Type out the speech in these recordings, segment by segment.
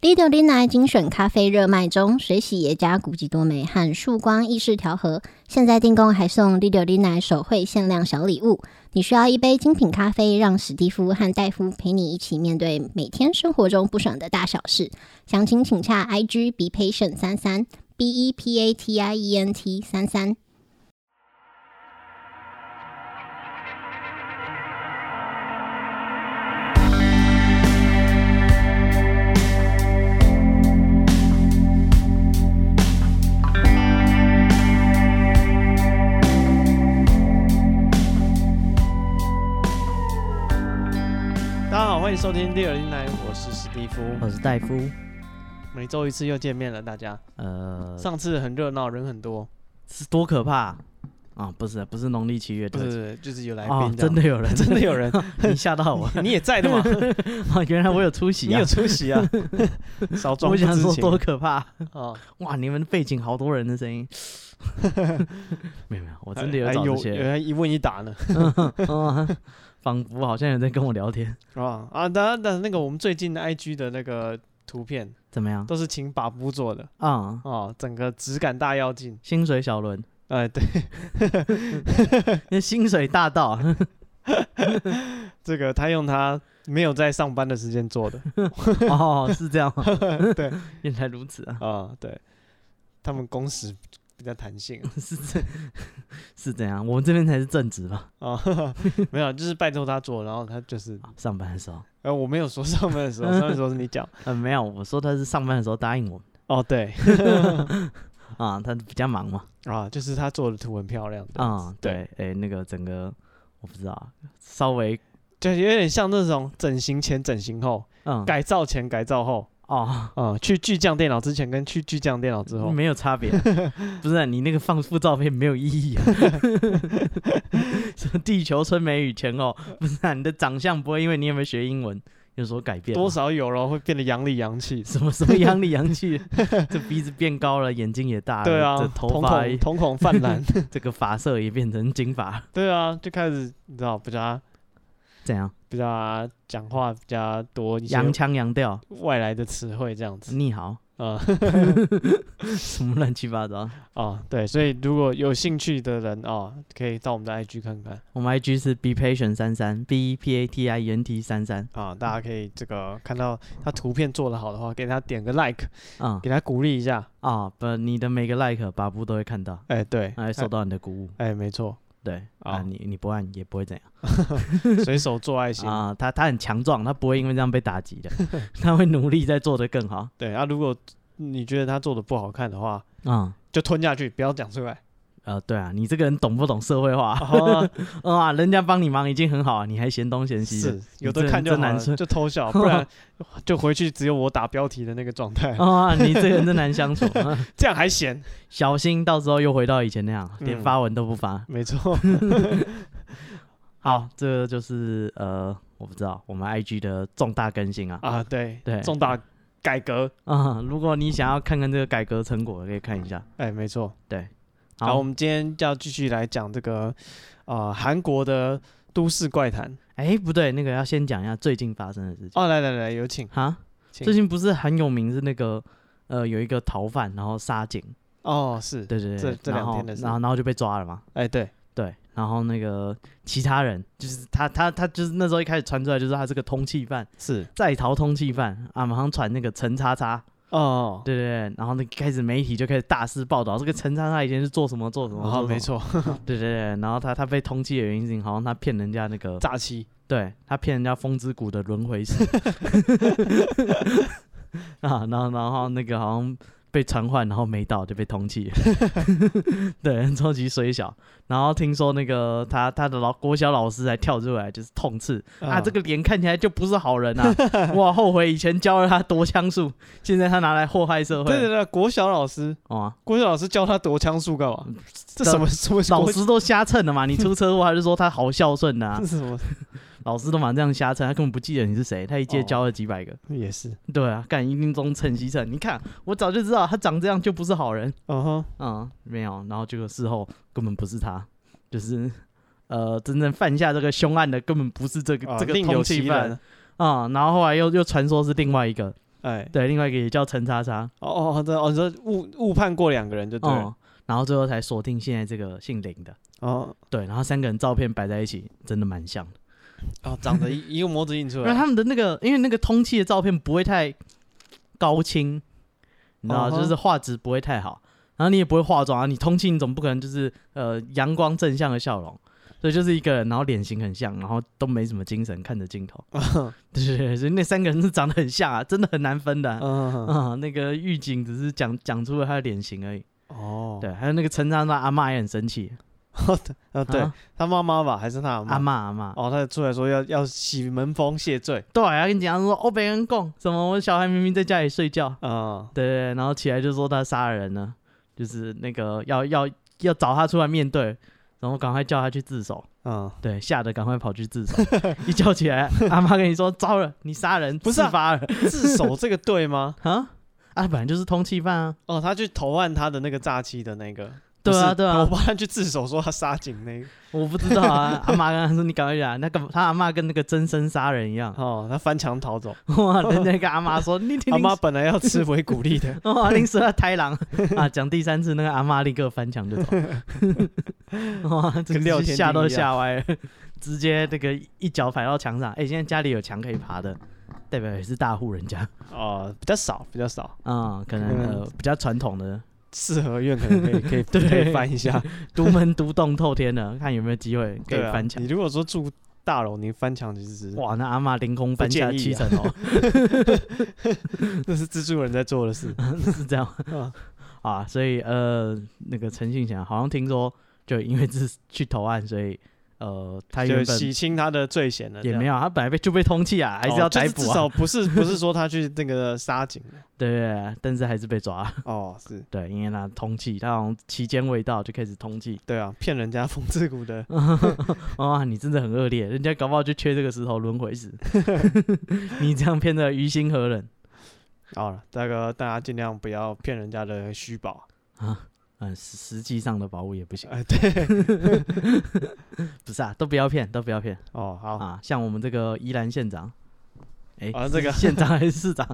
Lido Lina 精选咖啡热卖中，水洗耶加古籍多美和束光意式调和，现在订购还送 Lido Lina 手绘限量小礼物。你需要一杯精品咖啡，让史蒂夫和戴夫陪你一起面对每天生活中不爽的大小事。详情请洽 IG Be Patient 三三 B E P A T I E N T 三三。大家好，欢迎收听第二零来，我是史蒂夫，我是戴夫。每周一次又见面了，大家。呃，上次很热闹，人很嗯多，是多可怕啊！啊不是，不是农历七月不是特不辑是，就是有来宾、哦，真的，有 人，真的有人，你吓到我你也在的 嘛？啊！原来我有出 席你啊有！出席啊？ 少装不我知想说情多可怕哦，哇！你们背景好多人的声音， 没有没有，我真的有还找这有些有呃人，人一问一答呢。 嗯仿佛好像有人在跟我聊天，啊啊，当然，当然那个我们最近的 IG 的那个图片怎么样都是请把布做的啊？哦，整个质感大跃进。薪水小轮，哎，对， 那薪水大道， 这个他用他没有在上班的时间做的哦，是这样吗， 对， 原来如此啊， 啊，对，他们工时比较弹性啊。是这， 是这样，我们这边才是正职吧？啊、 没有，就是拜托他做，然后他就是，啊上班的时候。呃，我没有说上班的时候，上班的时候是你 讲，呃，没有，我说他是上班的时候答应 我们哦，对，啊，他比较忙嘛，啊，就是他做的图很漂亮，这样子啊，，对，哎、那个整个我不知道啊，稍微就有点像那种整形前、整形后、嗯改造前、改造后，哦，啊、去巨匠电脑之前跟去巨匠电脑之后，没有 差别啊，不是啊、你那个放副照片没有意义啊， 什么地球村美与前后，不是、啊、你的长相不会因为你有没有学英文有所改变吗，啊多少有了会变得洋里洋气，什么什么洋里洋气， 这鼻子变高了，眼睛也大了，对啊这，头瞳发孔也瞳孔泛 滥，这个发色也变成金发，对啊，就开始你知道比较怎样？比较讲话比较多一些洋腔洋调，外来的词汇这样子，你好，啊、什么乱七八糟。哦，对，所以如果有兴趣的人哦，可以到我们的 IG 看看我们 IG 是 be patient 三三 b e p a t i e n t 三三啊、大家可以这个看到他图片做的好的话，给他点个 like，啊给他鼓励一下。啊，不，你的每个 like 把布都会看到，哎，对，还会受到你的鼓舞。哎，哎，没 错，对啊啊，你你不按也不会怎样随手做爱心。啊，他他很强壮，他不会因为这样被打击的，他会努力再做得 更好对啊，如果你觉得他做的不好看的话，啊。就吞下去，不要讲出来。呃，对啊，你这个人懂不懂社会化哦啊？人家帮你忙已经很好啊，你还嫌东嫌西的是，有你这的看人就真好难了，说就偷 笑，不然就回去只有我打标题的那个状态，啊！你这个人真难相处， 啊这样还嫌。小心到时候又回到以前那样，连嗯发文都不发。没错，好，这个就是呃，我不知道我们 IG 的重大更新啊 啊，对对重大改革，啊、如果你想要看看这个改革成果，可以看一下。哎，没错。对，然后我好，们今天要继续来讲这个，呃，韩国的都市怪谈。哎、不对，那个要先讲一下最近发生的事情哦，来来来，有请，哈。请最近不是很有名是那个呃，有一个逃犯然后杀警，哦，是，对对对，这这然两后天的事然后然后就被抓了嘛。哎，对，对，然后那个其他人就是他他他就是那时候一开始传出来就是他是个通缉犯，是，在逃通缉犯啊，马上传那个陈叉叉。哦，对对对，然后那开始媒体就开始大肆报道这个陈昌他以前是做什么做什么，哦，做什没么，错，对对对，然后他他被通缉的原因是好像他骗人家那个，诈欺，对他骗人家风之谷的轮回石 啊，然后然后那个好像被传唤，然后没到就被通缉， 对，超级水小，然后听说那个他他的老国小老师还跳出来就是痛斥 啊，嗯这个脸看起来就不是好人啊，哇，后悔以前教了他夺枪术，现在他拿来祸害社会，对对对，国小老师，哦啊国小老师教他夺枪术干 嘛？这老什么什 么老国师都瞎蹭的嘛，你出车祸还是说他好孝顺呐、这是什么？老师都嘛这样瞎蹭，他根本不记得你是谁，他一哦届教了几百个。也是，对啊，干一定中蹭西蹭，你看我早就知道他长这样就不是好人。嗯哼，嗯，没有，然后结果事后根本不是他，就是呃真正犯下这个凶案的根本不是这个、啊这个另通有其缉嗯人犯啊、然后后来又又传说是另外一个，哎，对，另外一个也叫陈叉叉，哦哦，这哦，你说误误判过两个人就对了，哦，然后最后才锁定现在这个姓林的，哦对，然后三个人照片摆在一起，真的蛮像的。哦，长得一一个模子印出然后来，他们的那个，因为那个通气的照片不会太高清，你知道哦吼就是画质不会太好，然后你也不会化妆啊，你通气你总不可能就是呃阳光正向的笑容，所以就是一个人，然后脸型很像，然后都没什么精神，看着 镜头，哦对对对，所以那三个人是长得很像啊，真的很难分的啊。 嗯，啊那个狱警只是讲讲出了他的脸型而已，哦，对，还有那个陈长的阿嬷也很生气，啊，对啊他妈妈吧，还是他妈？阿嬷阿嬷。哦，他出来说要要洗门风谢罪，对啊，跟你讲说，哦，别人供什么，我小孩明明在家里睡觉，嗯，对对，然后起来就说他杀了人了，就是那个要要要找他出来面对，然后赶快叫他去自首，嗯，对，吓得赶快跑去自 首，一叫起来，阿妈跟你说糟了，你杀人，不是啊自发了 自首这个对吗？啊？啊，本来就是通缉犯啊，哦，他去投案他的那个诈欺的那个，对啊不是对啊我帮他去自首说他杀警那个，我不知道啊，阿妈跟他说你赶快去啊，那个他阿妈跟那个真身杀人一 样，哦，他翻墙逃走，哇，人家跟阿妈说你听，他妈。本来要吃维骨力的 哇！临时要豺狼啊，讲第三次那个阿妈立刻翻墙就走， 哇，这跟廖个天吓丁都一样吓歪了， 直接那个一脚踩到墙上。哎、现在家里有墙可以爬的，代表也是大户人家哦，比较少，比较少，啊、可能可能呃比较传统的四合院可能可以可以可以 对翻一下，独门独栋透天的，看有没有机会可以对啊翻墙。你如果说住大楼，你翻墙其实是哇，那阿妈凌空翻不下建议七啊层哦 楼， 那是蜘蛛人在做的 事。是这样嗯啊，所以呃，那个陈信祥好像听说，就因为是去投案，所以呃，他就原本洗清他的罪嫌了，也没有，有，他本来被就被通缉啊，还是要哦就逮捕至啊，少 不是不是说他去那个杀警对对对，但是还是被抓了，哦，是对，因为他通缉，他好像期间未到就开始 通缉，对啊，骗人家风之谷的，哇，你真的很恶劣，人家搞不好就缺这个石头轮 回石，你这样骗得于心何忍好了，大哥，大家尽量不要骗人家的虚宝。啊？嗯，实实际上的宝物也不行，哎，对， 不是啊，都不要骗，都不要骗哦，好，啊！像我们这个宜兰县长，哎、啊这个是县长还是市长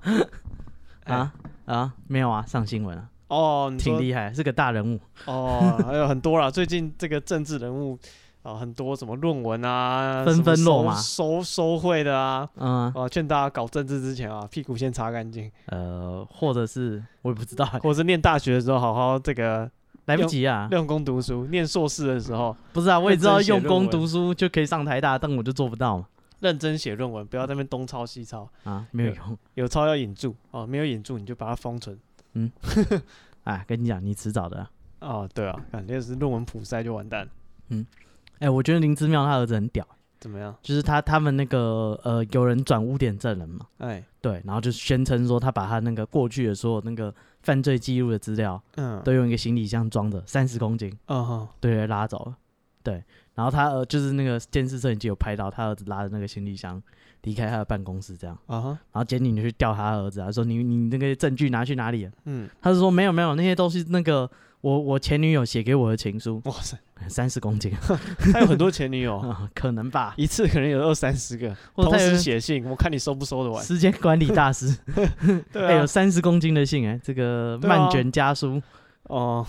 哎啊啊？没有啊，上新闻了，哦，你挺说厉害，是个大人物。哦，还有很多啦，最近这个政治人物啊，很多什么论文啊，纷什么纷落收马收收贿的啊，嗯啊、哦，劝大家搞政治之前啊，屁股先擦干净，呃，或者是我也不知 道、或者是念大学的时候好好这个来不及啊，用功读书，念硕士的时候不是啊，我也知道认真写用功论文读书就可以上台大，但我就做不到嘛。认真写论文，不要在那边东抄西抄，啊，没有用。 有抄要引注哦，没有引注你就把它封存。哎，跟你讲，你迟早的啊。哦，对啊，感觉是论文普筛就完蛋，哎，我觉得林之妙他儿子很屌，怎么样？就是他他们那个呃，有人转污点证人嘛，哎，对，然后就宣称说他把他那个过去的所有那个犯罪记录的资料嗯，都用一个行李箱装着，三十公斤，嗯哼，对，拉走了。对，然后他呃，就是那个监视摄影机有拍到他儿子拉着那个行李箱离开他的办公室，这样，啊哈，然后监警就去调他儿子啊，说你你那个证据拿去哪里了？嗯，他是说没有没有，那些都是那个我我前女友写给我的情书，哇塞，三十公斤、他有很多前女 友，啊，可能吧。一次可能有二三十 个，或者同他有时写信，我看你收不收得完。时间管理大师， 哎、对啊有，三十公斤的信哎、这个对啊漫卷家书， 哦，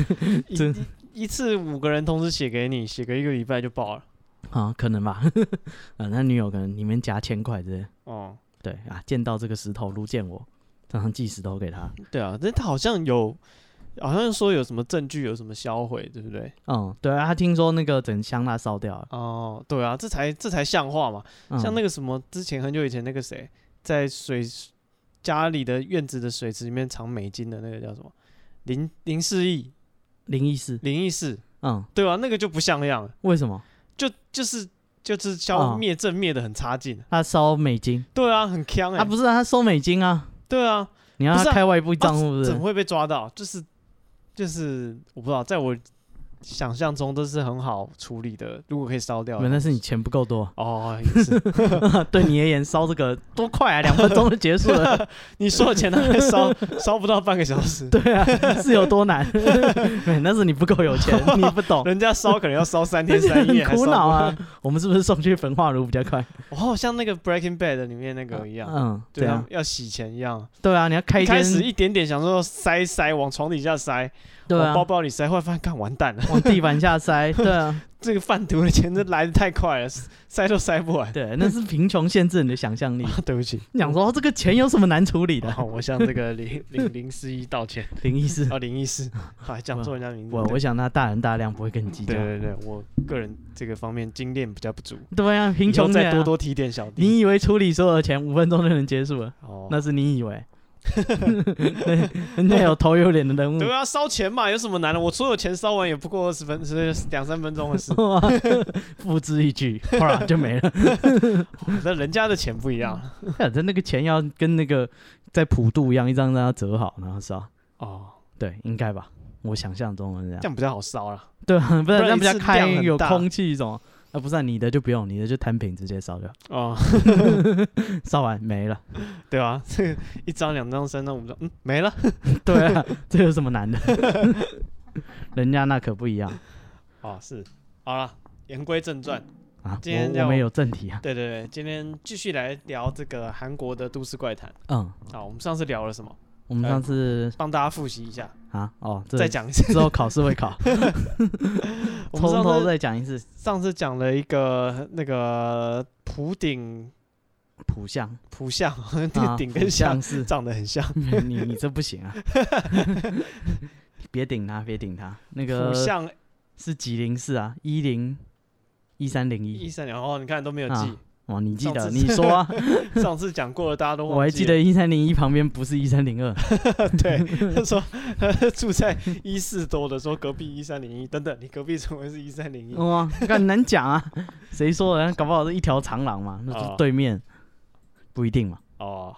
一真一一次五个人同时写给你，写个一个礼拜就爆了。啊，可能吧。 啊，那女友可能里面夹千块之类。哦，对啊，见到这个石头如见我，常常寄石头给他。对啊，但他好像有，好像说有什么证据，有什么销毁，对不对？嗯，对啊，他听说那个整箱他烧掉了，哦，对啊，这才这才像话嘛。嗯、像那个什么，之前很久以前那个谁，在水家里的院子的水池里面藏美金的那个叫什么？林林世义，灵异事，林义士，嗯，对啊，那个就不像样了，为什么就就是就是哦消灭正灭的很差劲。他烧美金？对啊，很呛哎、啊，不是啊，他收美金啊，对啊，你让不是他啊开外部账户是不怎么是？会被抓到？就是就是我不知道，在我想象中都是很好处理的，如果可以烧掉的话，原来是你钱不够多，哦，也是啊对你而言烧这个多快啊，两分钟就结束 了，你说的钱拿来烧，烧不到半个小时， 对啊，是有多 难？对，那是你不够有 钱，你不懂，人家烧可能要烧三天三夜，还很烧苦不恼啊完。。我们是不是送去焚化炉比较快？哦，像那个 Breaking Bad 里面那个一样，嗯，对对啊啊，，要洗钱一样，对啊，你要开一一开始间，一点点想说塞塞，往床底下塞，对往啊包，包里塞，后来发现干完蛋了， 往地板下塞，对啊，这个贩毒的钱这来的太快了，塞都塞不完。对，那是贫穷限制你的想象力。 对不 起，你想说哦这个钱有什么难处理的？好，我向这个零零零四一道歉， 林医师，啊，零一四，还讲错人家名字，我我想他大人大量不会跟你计较对。对对，我个人这个方面精炼比较不足，对啊，贫以后穷的再啊多多提点小弟。你以为处理所有的钱五分钟就能结束了？哦，那是你以为。 人家有头有脸的人物，。对啊，烧钱嘛，有什么难的？我所有钱烧完也不过二十分，是两三分钟的事 啊付之一炬，哗就没了。 那人家的钱不一样反正那个钱要跟那个在普渡一样，一张张要折好，然后烧。哦，对，应该吧？我想象中是这这样。样比较好烧啦。对啊，不然不然这样比较一次开，量很有大空气一种。啊，不是啊你的就不用，你的就摊平直接烧掉，哦， 烧完 没了。对啊，这个一张、两张、三张、五张，嗯，没了。对啊，这有什么难的？ 人家那可不一样哦，是，好了，言归正传。啊！今天我要我们有正题啊。对对对，今天继续来聊这个韩国的都市怪谈。嗯，啊，我们上次聊了什么？我们呃上次帮大家复习一下，啊，哦，这哎再讲 一次。之后考试会考，我们从上头次再讲一次。上次讲了一个那个普顶谱相，普相，啊顶谱跟相相是，长得很像。你你这不行啊！ 别顶他，别顶他，那普个相是几零四啊？一零一三零一一。三年哦，你看都没有记啊，哦，你记上得？次你 说啊，上次讲过了，大家都忘我还记记了得。一三零一旁边不是一 三零二。 对，他说住在一四多的，说隔壁一三零一，等等，你隔壁怎么会是一三零一？哇，很难讲啊，谁说的？搞不好是一条长廊嘛，那就哦是对面，不一定嘛。哦，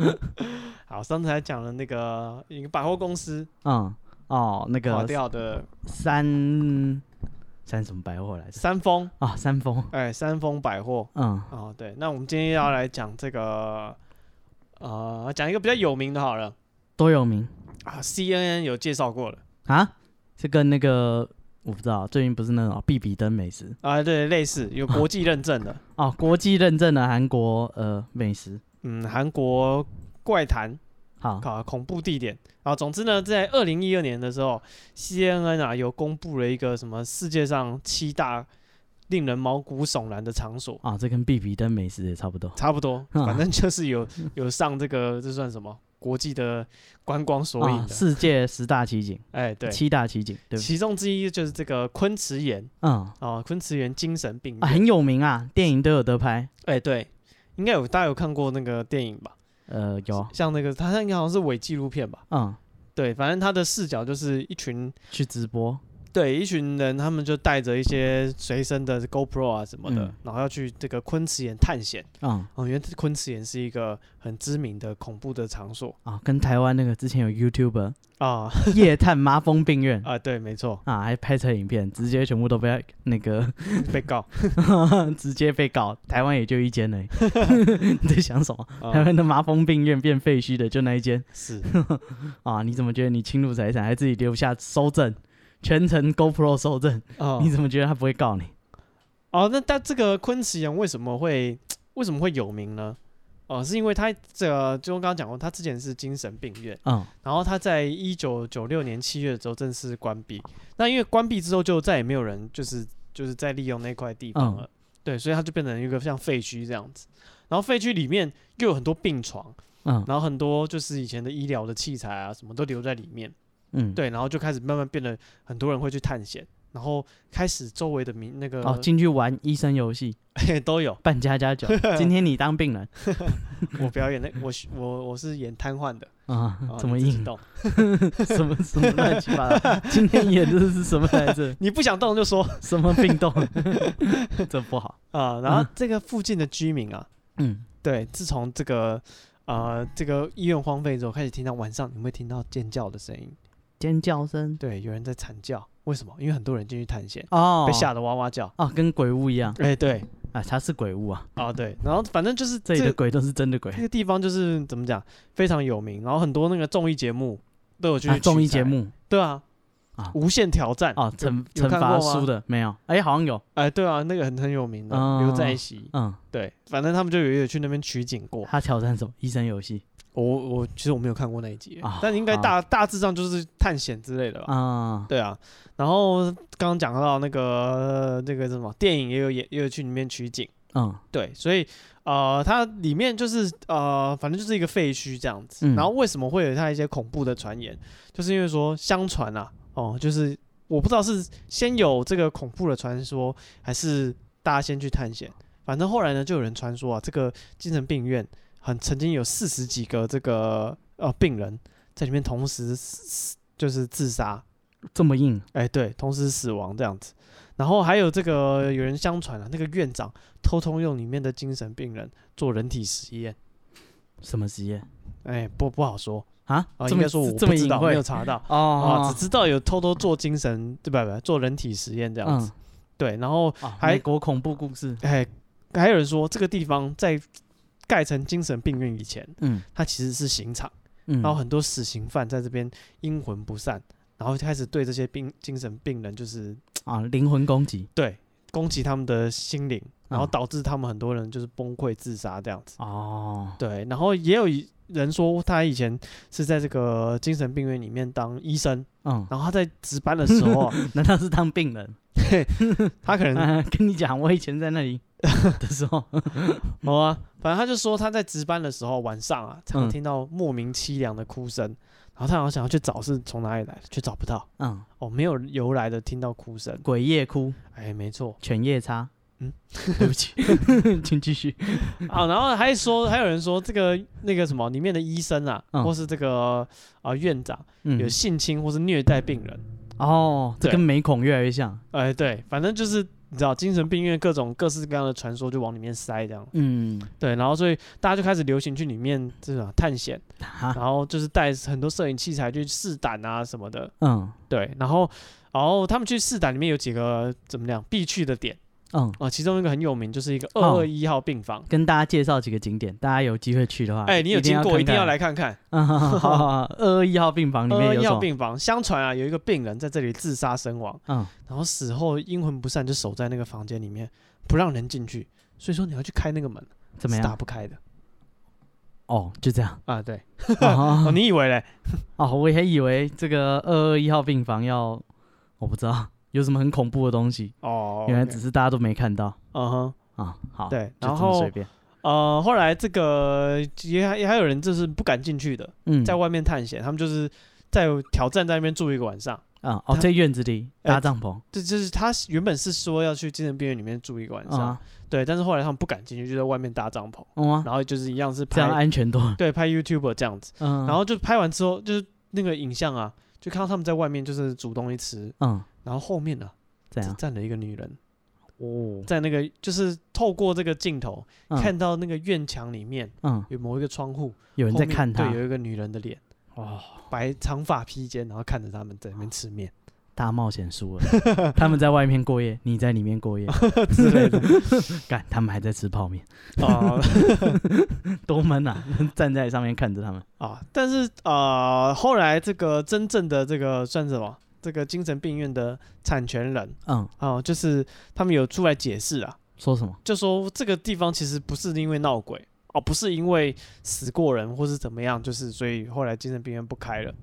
好，上次还讲了那个一个百货公司嗯，哦，那垮个掉的三三什么百货来着？三丰，啊，三丰。哎，三丰百货。嗯，哦，对，那我们今天要来讲这个，呃，讲一个比较有名的好了多有名啊，CNN 有介绍过了啊！这跟那个我不知道，最近不是那种必比登美食啊，对，类似有国际认证的，哦，国际认证的韩国呃美食。嗯，韩国怪谈好，啊，恐怖地点啊。总之呢，在二零一二年的时候，CNN 啊有公布了一个什么世界上七大令人毛骨悚然的场所，啊，这跟必比登美食也差不多。差不多，啊反正就是有有上这个这算什么国际的观光索引啊，的，世界十大奇景，哎 对，七大奇景， 对不对？其中之一就是这个昆池岩嗯、啊，昆池岩精神病啊，院，很有名啊，电影都有得拍。哎对，应该有大家有看过那个电影吧？呃，有，像那个它应该好像是伪纪录片吧？嗯，对，反正它的视角就是一群去直播，对，一群人他们就带着一些随身的 GoPro 啊什么的，嗯然后要去这个昆池岩探险。嗯哦，因为昆池岩是一个很知名的恐怖的场所啊，跟台湾那个之前有 YouTuber 啊夜探麻风病院 啊，对，没错，啊，还拍成影片，直接全部都被那个被告。 直接被告，台湾也就一间呢。 你在想什么？啊台湾的麻风病院变废墟的就那一间是，啊？你怎么觉得你侵入财产，还自己留下收证，全程 GoPro 收证？哦你怎么觉得他不会告你？哦，那但这个昆池岩为什么会为什么会有名呢？哦，是因为他这个就我刚刚讲过，他之前是精神病院，嗯，然后他在一九九六年七月的时候正式关闭。那因为关闭之后，就再也没有人就是就是在利用那块地方嗯了，对，所以它就变成一个像废墟这样子。然后废墟里面又有很多病床，嗯然后很多就是以前的医疗的器材啊，什么都留在里面。嗯，，对，然后就开始慢慢变得很多人会去探险，然后开始周围的民那个、哦，进去玩医生游戏， 都有。扮家 家酒。今天你当病人我表演那我我我是演瘫痪 的，啊啊？怎么你自己硬？动？什么什么乱七八糟？今天演的是什么来着？你不想动就说什么病 痛？这不好。啊。然后嗯这个附近的居民啊，嗯，对，自从这个呃这个医院荒废之后，开始听到晚上你会听到尖叫的声音，尖叫声。对，有人在惨叫，为什么？因为很多人进去探险，哦，被吓得哇哇叫。啊，跟鬼屋一样哎、对，啊，它是鬼屋啊，啊对，然后反正就是这这里的个鬼都是真的鬼这个地方就是怎么讲非常有名，然后很多那个综艺节目都有去啊，取综艺材节目对啊，啊无限挑战啊，有惩有惩看罚过吗书的没有，哎，好像有，哎，对啊，那个很很有名的嗯刘在熙，嗯，对，反正他们就有有去那边取景过。他挑战什么？医生游戏我我其实我没有看过那一集啊，但应该好大大致上就是探险之类的吧。啊，对啊，然后刚刚讲到那个呃那个什么电影也有也也有去里面取景，嗯对，所以呃，它里面就是呃，反正就是一个废墟这样子。嗯然后为什么会有它一些恐怖的传言，就是因为说相传啊，哦、就是我不知道是先有这个恐怖的传说，还是大家先去探险。反正后来呢，就有人传说啊，这个精神病院很曾经有四十几个这个呃病人在里面同时死就是自杀，这么硬哎、对，同时死亡这样子。然后还有这个有人相传啊，那个院长偷偷用里面的精神病人做人体实验，什么职业哎、不不好说啊？啊，这应么该说我这不么知隐道，没晦有查到啊，哦只，知道有偷偷做精神对吧？不做人体实验这样子。嗯，对，然后啊还美国恐怖故事，哎、还有人说这个地方在盖成精神病院以前，嗯它其实是刑场，嗯，然后很多死刑犯在这边阴魂不散，然后就开始对这些病精神病人就是啊灵魂攻击对攻击他们的心灵，然后嗯导致他们很多人就是崩溃自杀这样子。哦，对，然后也有一人说他以前是在这个精神病院里面当医生，嗯，然后他在值班的时候 啊，难道是当病人？他可 能啊跟你讲，我以前在那里的时候，好啊，反正他就说他在值班的时候晚上啊，常常嗯听到莫名凄凉的哭声，然后他好像想要去找是从哪里来的，却找不到嗯，哦，没有由来的听到哭声。鬼夜哭，哎，没 错犬夜叉，嗯嗯，对 不起，请继续。啊，然后还说还有人说这个那个什么里面的医生啊，嗯或是这个啊、院长。嗯有性侵或是虐待病人。哦，这对跟美恐越来越像。哎，对，反正就是你知道，精神病院各种各式各样的传说就往里面塞，这样。嗯，对，然后所以大家就开始流行去里面这种探险，哈，然后就是带很多摄影器材去试胆啊什么的。嗯对，然后然后他们去试胆里面有几个怎么讲必去的点嗯，啊、其中一个很有名，就是一个二哦二一号病房。跟大家介绍几个景点，大家有机会去的话，哎，你有经过，一定要来看看看。看。嗯，好好好， 二二一号病房里二面二有一什号么？病房，相传啊，有一个病人在这里自杀身亡，嗯，然后死后阴魂不散，就守在那个房间里面，不让人进去。所以说你要去开那个门，怎么是打样？不开的哦，就 这样。啊？对，哦，哦，你以为嘞？哦我也以为这个二二一号病房要，我不知道有什么很恐怖的东西，哦，原来 OK 只是大家都没看到嗯哼，啊。好，，对。就这然么随后便。呃，后来这个也还也还有人就是不敢进去的，嗯，在外面探险，他们就是在挑战在那边住一个晚上。啊，哦，他在院子里哎搭帐篷这就是他原本是说要去精神病院里面住一个晚上啊，，对，但是后来他们不敢进去，就在外面搭帐篷，嗯啊，然后就是一样是这样拍安全多了。对拍 YouTube 这样子，嗯，然后就拍完之后就是那个影像啊，就看到他们在外面就是煮东西吃，嗯，然后后面呢、这只样站了一个女人，哦，在那个就是透过这个镜头、嗯看到那个院墙里面嗯，有某一个窗户，有人在后面看他，对，有一个女人的脸，哦，白长发披肩，然后看着他们在那边吃 面大冒险输了， 他们在外面过夜，你在里面过夜之类的。 干，他们还在吃泡面，哦啊多闷啊！ 站在上面看着他们， 啊！但是啊、呃后来这个真正的这个算什么？这个精神病院的产权人嗯，啊、就是他们有出来解释啊，说什么？就说这个地方其实不是因为闹鬼哦，不是因为死过人或是怎么样，就是所以后来精神病院不开了。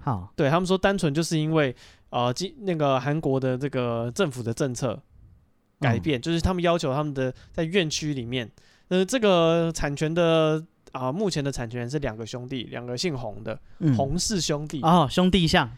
好，对他们说，单纯就是因为呃，基那个韩国的这个政府的政策改嗯变，就是他们要求他们的在院区里面，呃，这个产权的啊、目前的产权人是两个兄弟，两个姓洪的、嗯洪氏兄弟啊、啊哦，兄弟像，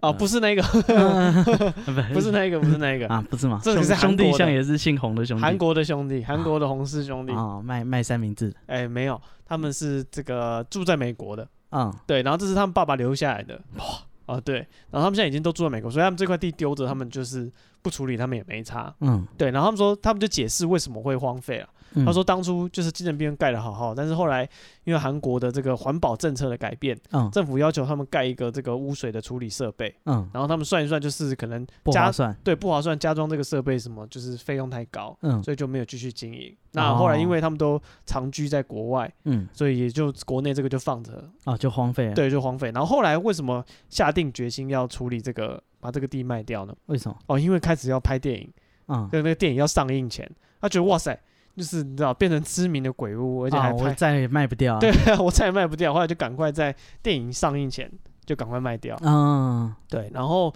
啊不是 那个， 不不是那个，不是那个， 啊，不是吗？这个兄是韩兄弟国的像也是姓洪的兄弟，啊韩国的兄弟，韩国的洪氏兄弟，哎、哎哦，卖卖三明治的，没有，他们是这个住在美国的，嗯，对，然后这是他们爸爸留下来的，哇，啊对，然后他们现在已经都住在美国，所以他们这块地丢着，他们就是不处理，他们也没差。嗯对，然后他们说，他们就解释为什么会荒废了、啊嗯他说当初就是精神病院盖的好好，但是后来因为韩国的这个环保政策的改变，嗯政府要求他们盖一个这个污水的处理设备，嗯，然后他们算一算，就是可能不加划算，对不划算加装这个设备什么，就是费用太高，嗯所以就没有继续经营。那后来因为他们都长居在国外，嗯所以也就国内这个就放着，啊，就荒废了。，对，就荒废。然后后来为什么下定决心要处理这个，把这个地卖掉呢？为什么？哦，因为开始要拍电影，嗯，就那个电影要上映前，他觉得哇塞，就是你知道变成知名的鬼屋，而且还啊我拍，再也卖不掉。对， 我再也卖不掉，后来就赶快在电影上映前就赶快卖掉。嗯，对，然后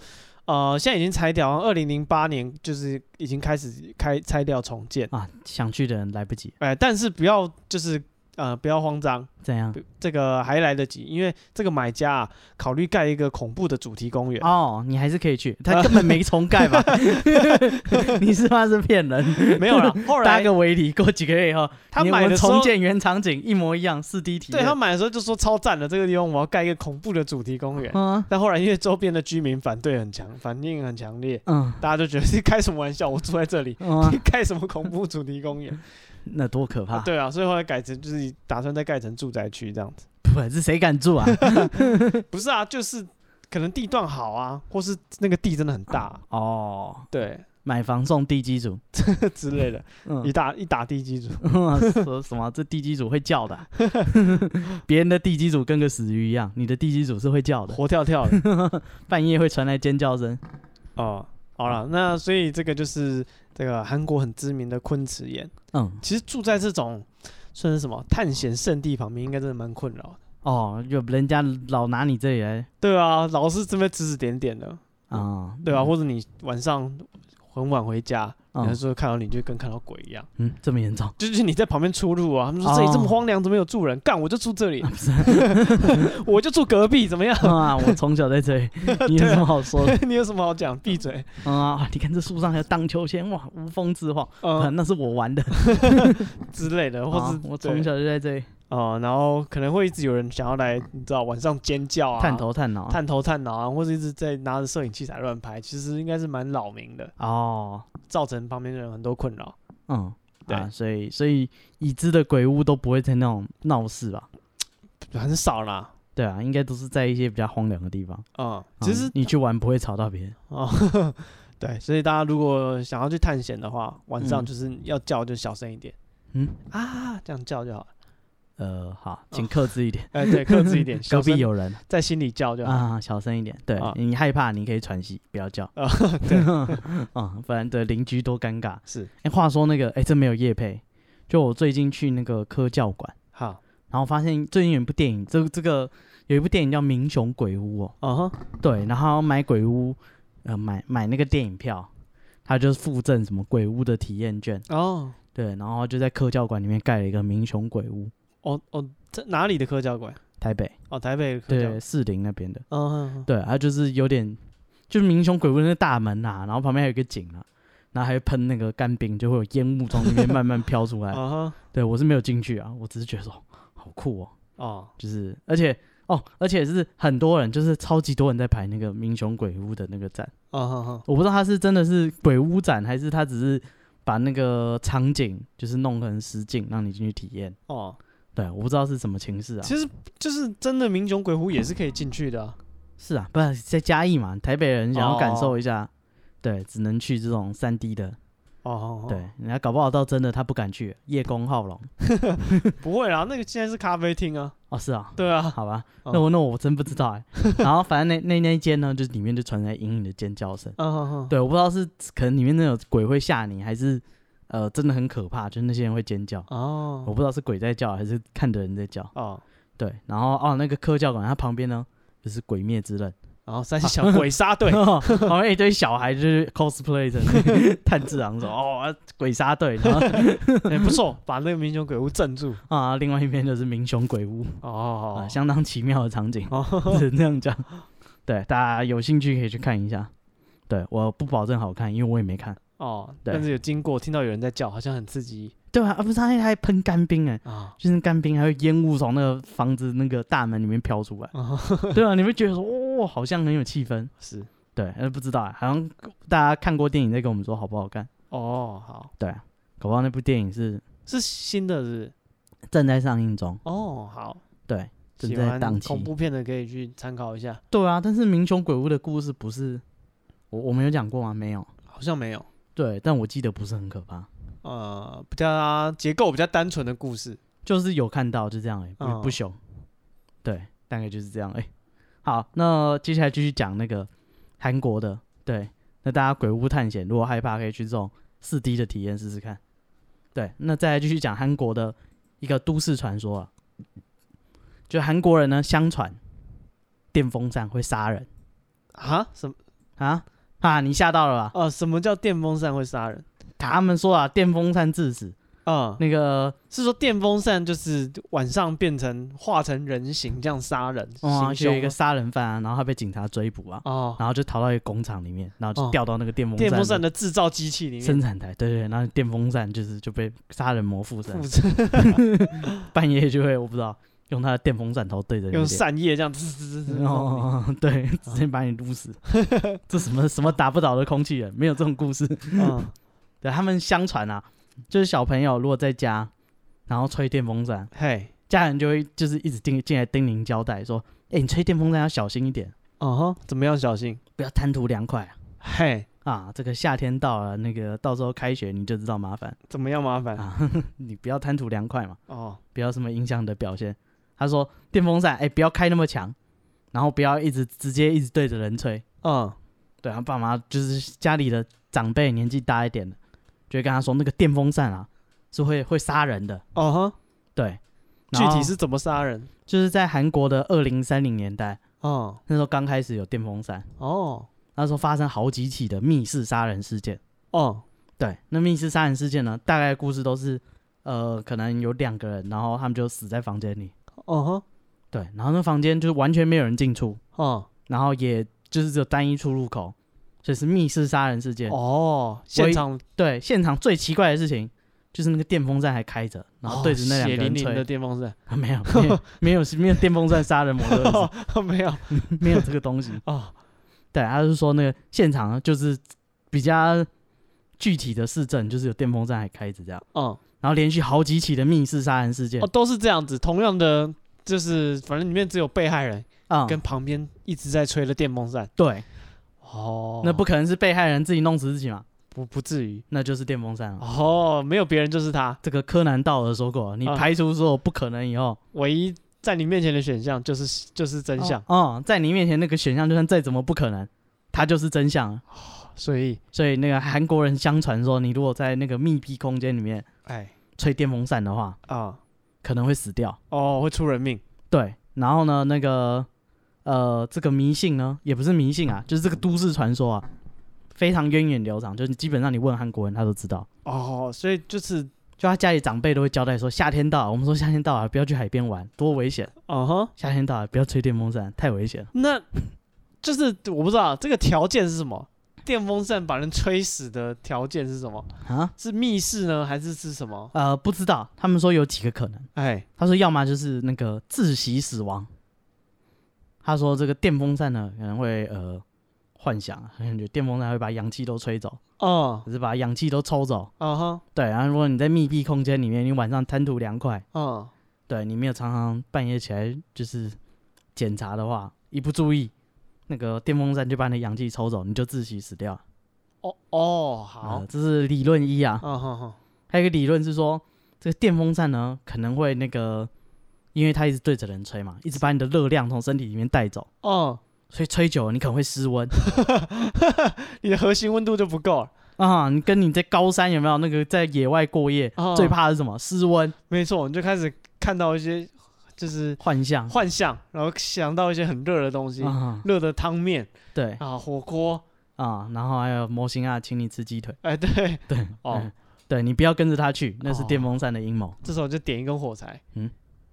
呃，现在已经拆掉，二零零八年就是已经开始开拆掉重建，啊，想去的人来不及，哎、但是不要就是呃不要慌张，怎样不？这个还来得及，因为这个买家啊考虑盖一个恐怖的主题公园。哦，你还是可以去，啊他根本没重 盖吧？你是怕是骗人？没 有了，后搭来个围篱，过几个月以后，他你买我的们时候重，建原场景一模一样，四 D 体对验。他买的时候就说超赞的，这个地方我要盖一个恐怖的主题公园。 嗯但后来因为周边的居民反对很强，反应很强 烈，嗯大家就觉得是开什么玩笑，我住在这里， 嗯啊你，盖什么恐怖主题 公园？那多可怕！对啊，所以后来改成就是打算再盖成住宅区这样子。不是谁敢住啊？不是啊，就是可能地段好啊，或是那个地真的很大、哦，对买房送地基组， 之类的，嗯一，打一打地基组。说什么这地基组会 叫的啊，别人的地基组跟个死鱼一样，你的地基组是会叫的，活跳跳的半夜会传来尖叫声。哦。好了，那所以这个就是这个韩国很知名的昆池岩。嗯，其实住在这种算是什么探险圣地旁边，应该真的蛮困扰的。哦，就人家老拿你这里来对啊，老是这边指指点点的，啊，对啊，或者你晚上很晚回家，嗯有时候看到你就跟看到鬼一样，嗯，这么严重？就是你在旁边出入啊，他们说这里这么哦荒凉，怎么有住人？干，我就住这 里，我就住隔壁，怎么样？ 啊，我从小在这里，你有什么好说的？你有什么好讲？闭嘴。啊，你看这树上还有荡秋千，哇，无风自晃，啊呃，那是我玩的，之类的，或啊是我从小就在这里哦、呃然后可能会一直有人想要来，你知道晚上尖叫啊，探头探脑啊。探头探脑啊，或者一直在拿着摄影器材乱拍，其实应该是蛮扰民的，哦，造成旁边的人很多困扰。嗯，对啊，所以所以已知的鬼屋都不会在那种闹市吧？很少啦。对啊，应该都是在一些比较荒凉的地方。嗯，啊其实你去玩不会吵到别人。哦。 对，所以大家如果想要去探险的话，晚上嗯就是要叫就小声一点、嗯，啊，这样叫就好了。呃，好，请克制一点，哎、对，克制一 点，小隔壁声有人在心里叫就好。啊，小声一点。对啊你害怕，你可以喘息，不要叫。 啊啊，不然对邻居多尴尬。是，哎，话说那个，哎，这没有夜配，就我最近去那个科教馆，好，然后发现最近有一部电影，这这个有一部电影叫《民雄鬼屋》哦。嗯哼，对，然后买鬼屋，呃，买买那个电影票，他就是附赠什么鬼屋的体验券，哦，对，然后就在科教馆里面盖了一个民雄鬼屋，哦哦，这哪里的科教馆？台北，哦，台北的科教对，士林那边的，嗯哼哼，对，它就是有点，就是民雄鬼屋那个大门呐、啊，然后旁边还有一个井啊，然后还会喷那个干冰，就会有烟雾从里面慢慢飘出来，啊哈，对我是没有进去啊，我只是觉得说好酷哦，哦，就是而且。哦，而且是很多人，就是超级多人在排那个民雄鬼屋的那个站，啊哈哈，我不知道他是真的是鬼屋展，还是他只是把那个场景就是弄成实景，让你进去体验。哦，对，我不知道是什么情势啊。其实就是真的民雄鬼湖也是可以进去的啊、是啊，不是在嘉义嘛，台北人想要感哦受一下，对，只能去这种三 D 的。哦哦，哦，对，人家搞不好到真的他不敢去，叶公好龙。不会啦，那个现在是咖啡厅啊，哦，是啊，对啊，好吧，哦那我那我真不知道 哎、然后反正那那那一间呢，就是里面就传来隐隐的尖叫声。嗯哼哼，对，我不知道是可能里面那种鬼会吓你，还是呃真的很可怕，就是那些人会尖叫。我哦，不知道是鬼在叫还是看的人在叫。哦，对，然后哦，那个科教馆它旁边呢就是《鬼灭之刃，然后三小鬼杀队》，旁边一堆小孩就是 cosplay 的那 个炭治郎说哦啊鬼杀队，然后哎，不错，把那个民雄鬼湖镇住，啊另外一边就是民雄鬼屋哦啊，哦，相当奇妙的场景，哦， 只能这样讲。对，大家有兴趣可以去看一下。对，我不保证好看，因为我也没看。哦，对但是有经过听到有人在叫，好像很刺激对啊，啊不是他还喷干冰哎、啊，。就是干冰还有烟雾从那个房子那个大门里面飘出来哦 对啊，你会觉得说哦，好像很有气氛。是，对，呃，不知道欸，好像大家看过电影再跟我们说好不好看。哦，好，对，搞不好那部电影是是新的是不是正在上映中，哦，好，对，正喜在欢档恐期。怖片的可以去参考一下，对啊，但是《民雄鬼屋》的故事不是我我们有讲过吗？没有。好像没有，对，但我记得不是很可怕，呃，比较结构比较单纯的故事，就是有看到就这样哎、不、嗯不凶。对，大概就是这样哎、好，那接下来继续讲那个韩国的，对，那大家鬼屋探险，如果害怕可以去这种四 D 的体验试试看。对，那再来继续讲韩国的一个都市传说啊，就韩国人呢相传电风扇会杀人啊？什么？啊啊，你吓到了吧？呃，什么叫电风扇会杀人？他们说啊，电风扇致死，啊、那个是说电风扇就是晚上变成化成人形这样杀人，哇，行就有一凶个吗杀人犯啊，然后他被警察追捕啊，哦，然后就逃到一个工厂里面，然后哦就掉到那个电风电风扇扇的制造机器里面生产台，对对，对然后电风扇就是就被杀人魔附身附，着半夜就会我不知道用他的电风扇头对着你用的扇叶这样滋滋滋滋脸，滋弄你。哦，对，直接把你 撸死，这什么什么打不倒的空气人，没有这种故事。嗯，对他们相传啊，就是小朋友如果在家，然后吹电风扇，嘿，家人就会就是一直叮进来叮咛交代说，哎，你吹电风扇要小心一点，哦吼，怎么样小心？不要贪图凉快啊。嘿，啊，这个夏天到了，那个到时候开学你就知道麻烦怎么样麻烦？啊，你不要贪图凉快嘛，哦，不要什么影响你的表现。他说电风扇，哎、不要开那么强，然后不要一直直接一直对着人吹。嗯，对啊，爸妈就是家里的长辈年纪大一点的，就会跟他说那个电风扇啊是会会杀人的。哦吼，对，具然后体是怎么杀人？就是在韩国的二零三零年代，哦那时候刚开始有电风扇，哦那时候发生好几起的密室杀人事件。哦，对，那密室杀人事件呢，大概故事都是，呃，可能有两个人，然后他们就死在房间里。哦吼，对，然后那房间就是完全没有人进出，哦然后也就是只有单一出入口，所以是密室杀人事件。哦，现一场对，现场最奇怪的事情就是那个电风扇还开着，然后对着那哦两血个淋人淋吹。 的电风扇， 啊没有，没有，没有，没有电风扇杀人魔的意 思，没有没有这个东西。哦，对，他是说那个现场呢就是比较具体的市政，就是有电风扇还开着这样。嗯，然后连续好几起的密室杀人事件哦，都是这样子，同样的。就是，反正里面只有被害人啊、跟旁边一直在吹的电风扇。对，哦，那不可能是被害人自己弄死自己嘛，不不至于。那就是电风扇了。哦，没有别人就是他，这个柯南道尔说过，你嗯排除所有不可能以后，唯一在你面前的选项就是就是真相，哦、嗯在你面前那个选项就算再怎么不可能，它就是真相了。所以所以那个韩国人相传说，你如果在那个密闭空间里面哎吹电风扇的话，啊、可能会死掉。哦会出人命对，然后呢，那个呃，这个迷信呢，也不是迷信啊，嗯就是这个都市传说啊，非常源远流长，就是基本上你问韩国人，他都知道。哦，所以就是就他家里长辈都会交代说，夏天到了，我们说夏天到了，不要去海边玩，多危险！嗯哼，夏天到了，不要吹电风扇，太危险了。那就是我不知道这个条件是什么，电风扇把人吹死的条件是什么？啊，是密室呢，还是是什么？呃，不知道，他们说有几个可能，哎他说要么就是那个窒息死亡，他说这个电风扇呢可能会呃幻想，啊感觉电风扇会把氧气都吹走，哦只是把氧气都抽走。嗯哼对，然后如果你在密闭空间里面，你晚上贪图凉快，嗯对你没有常常半夜起来就是检查的话，一不注意，那个电风扇就把你的氧气抽走，你就窒息死掉。哦哦啊，好这是理论一啊。嗯哼哼还有一个理论是说，这个电风扇呢可能会那个，因为它一直对着人吹嘛，一直把你的热量从身体里面带走，哦，所以吹久了你可能会失温你的核心温度就不够了，啊。你跟你在高山有没有那个在野外过夜，哦最怕的是什么？失温没错，你就开始看到一些就是幻象幻象，然后想到一些很热的东西。啊，热的汤面对啊，火锅，啊，然后还有模型啊，请你吃鸡腿，哎，对， 对哦嗯对你不要跟着他去，那是哦电风扇的阴谋。这时候就点一根火柴，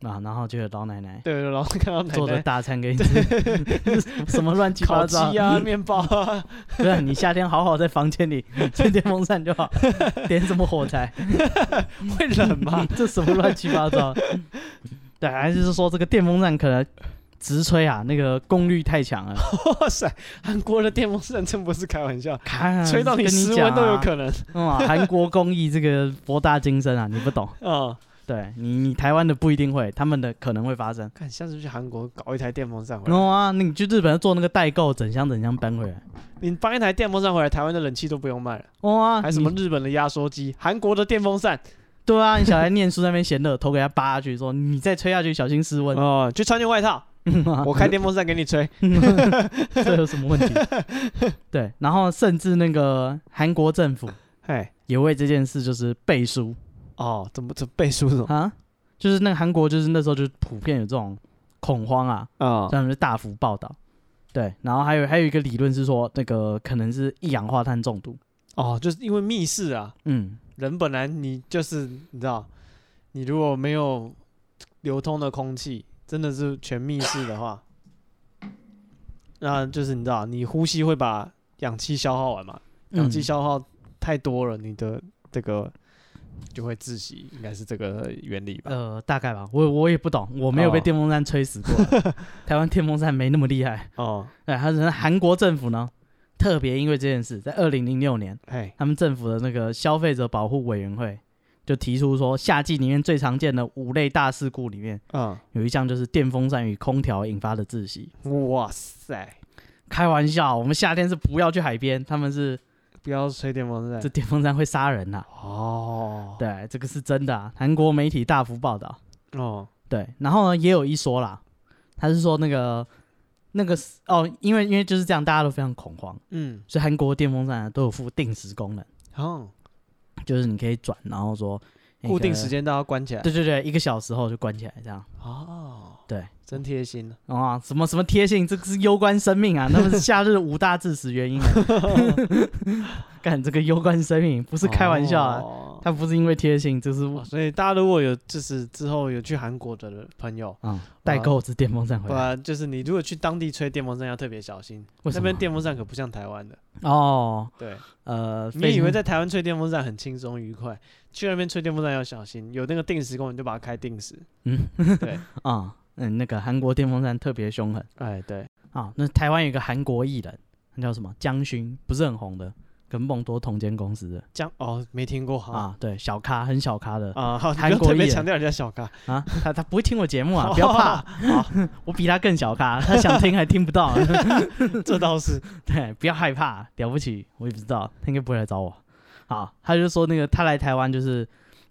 啊，然后就有老奶奶对，然后看到奶做的奶大餐给你吃， 什么乱七八烤鸡糟啊、面包啊， 不是你夏天好好在房 间里吹电风扇就好， 点什么火柴？嗯会 冷吗？ 这什么乱七八糟？对，还是说这个电风扇可能直吹啊，那个功率太强 了，哇塞，韩国的电风扇真不是开玩笑，看啊吹到嗯跟你失温都有可能能啊！韩国工艺这个博大精深啊，你不懂，啊！对你你台湾的不一定会，他们的可能会发生。看下次去韩国搞一台电风扇回然来，后啊，你去日本做那个代购，整箱整箱搬回来。你搬一台电风扇回来，台湾的冷气都不用卖了，哇、哦 啊，还什么你？日本的压缩机、韩国的电风扇对啊，你小孩念书在那边嫌热，头给他扒下去，说你再吹下去小心失温。哦，就穿件外套， 啊我开电风扇给你吹。 这有什么问题？对，然后甚至那个韩国政府哎，也为这件事就是背书哦，怎么这背书什么啊，就是那个韩国就是那时候就普遍有这种恐慌 啊，啊所以？他们就大幅报道。对，然后还有还有一个理论是说，那个可能是一氧化碳中毒。哦，就是因为密室啊，嗯，人本来你就是你知道，你如果没有流通的空气，真的是全密室的话，那就是你知道，你呼吸会把氧气消耗完嘛，嗯氧气消耗太多了，你的这个就会窒息，应该是这个原理吧？呃，大概吧，我我也不懂，我没有被哦电风扇吹死 过啊，台湾电风扇没那么厉害。哦，对，还有韩国政府呢，特别因为这件事，在二零零六年，哎，他们政府的那个消费者保护委员会就提出说，夏季里面最常见的五类大事故里面，嗯，有一项就是电风扇与空调引发的窒息。哇塞，开玩笑，我们夏天是不要去海边，他们是不要吹电风这扇电风扇会杀人呐、啊哦，对，这个是真的啊，韩国媒体大幅报道。哦，对，然后呢，也有一说啦，他是说那个那个是哦，因为因为就是这样，大家都非常恐慌，嗯，所以韩国电风扇、啊、都有附定时功能，好，就是你可以转，然后说那固定个时，间到要关起来，对对对，一个小时后就关起来这样。哦，对，真贴心 啊。啊、什么什么贴性，这个是攸关生 命啊！那么是夏日五大致死原因、啊，干这个攸关生命，不是开玩笑啊！哦他不是因为贴性，这是哦所以大家如果有就是之后有去韩国的朋友，嗯代购是电风扇回不来，然就是你如果去当地吹电风扇要特别小心，为那什边么？电风扇可不像台湾的。哦， 对，呃，你以为非在台湾吹电风扇很轻松愉快，去那边吹电风扇要小心，有那个定时功能就把它开定时。嗯 对， 啊、嗯，那个韩国电风扇特别凶狠哎对，啊、那台湾有一个韩国艺人，他叫什么？姜勋，不是很红的，跟梦多同间公司的这样哦没听过哈啊，对，小咖，很小咖的啊，好，你不韩要国特别艺人强调人家小咖啊，他他不会听我节目啊，不要怕，我比他更小咖，他想听还听不到。这倒是对，不要害怕，了不起，我也不知道，他应该不会来找我。好，他就说那个他来台湾就是，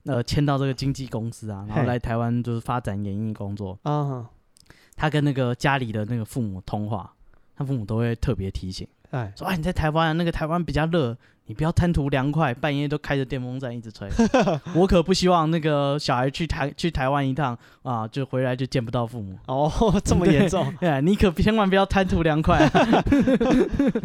呃，签到这个经纪公司啊，然后嘿来台湾就是发展演艺工作。 啊，他跟那个家里的那个父母通话，他父母都会特别提醒哎，说：“啊，你在台湾、啊，那个台湾比较热，你不要贪图凉快，半夜都开着电风扇一直吹。我可不希望那个小孩去台去台湾一趟啊，就回来就见不到父母。 哦这么严重哎，你可千万不要贪图凉快、 啊。”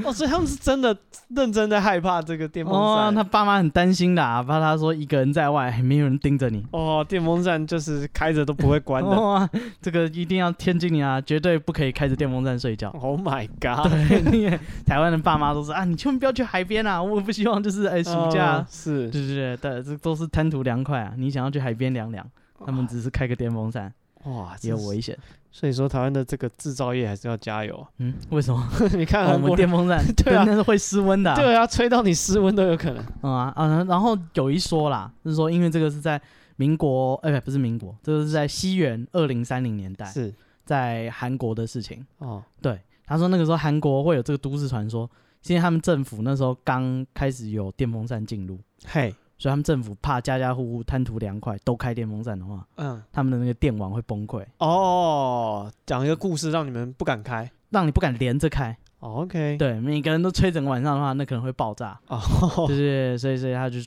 哦，所以他们是真的认真在害怕这个电风哦，扇他。爸妈很担心的、啊，怕他说一个人在外，没有人盯着你。哦，电风扇就是开着都不会关的。哦，这个一定要天经理啊，绝对不可以开着电风扇睡 觉。 Oh my god！对，因为台湾的爸妈都是啊，你千万不要去海边啊，我不希望就是 哎暑假，哦是对对对对，这都是贪图凉快啊。你想要去海边凉凉，哦他们只是开个电风扇哇，也有真是危险。所以说台湾的这个制造业还是要加 油。嗯，为什么？你看哦我韩们国电人，风扇 对啊那是会失温的、对啊，吹到你失温都有可能。嗯啊啊，然后有一说啦，就是说因为这个是在民国，哎、不是民国，这个是在西元二零三零年代。是在韩国的事情。哦，对，他说那个时候韩国会有这个都市传说，是因为他们政府那时候刚开始有电风扇进入，嘿，所以他们政府怕家家户户贪图凉快都开电风扇的话，嗯，他们的那个电网会崩溃，哦，讲一个故事让你们不敢开。让你不敢连着开。哦 OK，对，每个人都吹整个晚上的话，那可能会爆炸。哦对对对，所以所以他就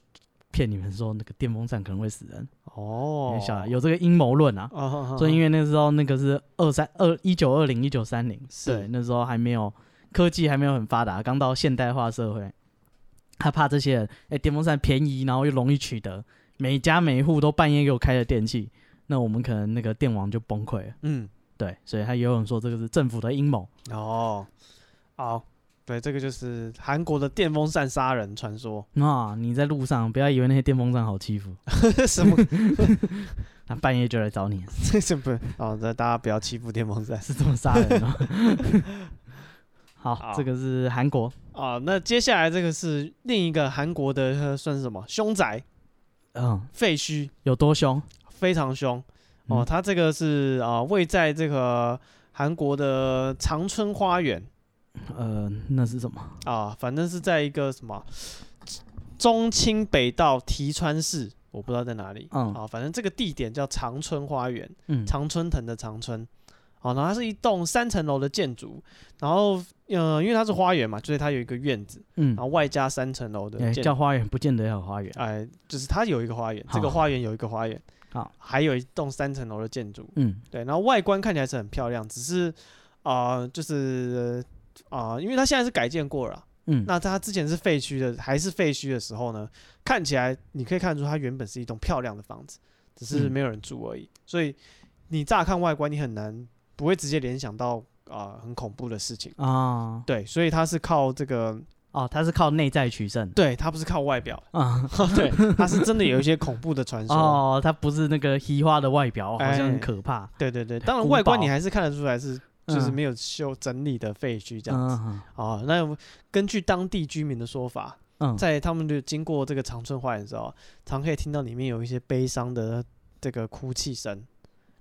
骗你们说那个电风扇可能会死人，哦有小有这个阴谋论啊。哦，所以因为那时候那个是二三二一九二零一九三零，是对，那时候还没有科技还没有很发达，刚到现代化社会，他怕这些人，哎、电风扇便宜，然后又容易取得，每家每户都半夜给我开着电器，那我们可能那个电网就崩溃了，嗯，对，所以他也有人说这个是政府的阴谋，哦，好，对，这个就是韩国的电风扇杀人传说。 啊、你在路上不要以为那些电风扇好欺负，什 么？他半夜就来找你，这是不是？哦，这大家不要欺负电风扇是这么杀人吗？好好，这个是韩国，哦。那接下来这个是另一个韩国的，呃算是什么？凶宅嗯，废墟，有多凶？非常凶哦。嗯它这个是啊、呃位在这个韩国的长春花园呃，那是什么？啊、反正是在一个什么中清北道提川市，我不知道在哪里。嗯啊，反正这个地点叫长春花园。嗯，常春藤的常春。哦，然后它是一栋三层楼的建筑，然后呃，因为它是花园嘛，所以它有一个院子，嗯然，后外加三层楼的哎、建筑，叫花园不见得要有花园，哎，就是它有一个花园，这个好花园有一个花园，好，还有一栋三层楼的建筑， 嗯对，然后外观看起来是很漂亮，只是啊、呃就是啊、呃因为它现在是改建过了啊，嗯，那它之前是废墟的，还是废墟的时候呢，看起来你可以看出它原本是一栋漂亮的房子，只是嗯没有人住而已。所以你乍看外观，你很难不会直接联想到啊、很恐怖的事情。啊、对，所以它是靠这个，哦，它是靠内在取胜对，它不是靠外 表，啊、对，它是真的有一些恐怖的传说。哦，它不是那个黑化的外表，好像哎很可怕，对对对，当然古外观堡你还是看得出来是就是嗯没有修整理的废墟这样子。嗯哦，那根据当地居民的说法，嗯，在他们就经过这个长春花园的时候，常可以听到里面有一些悲伤的这个哭泣声。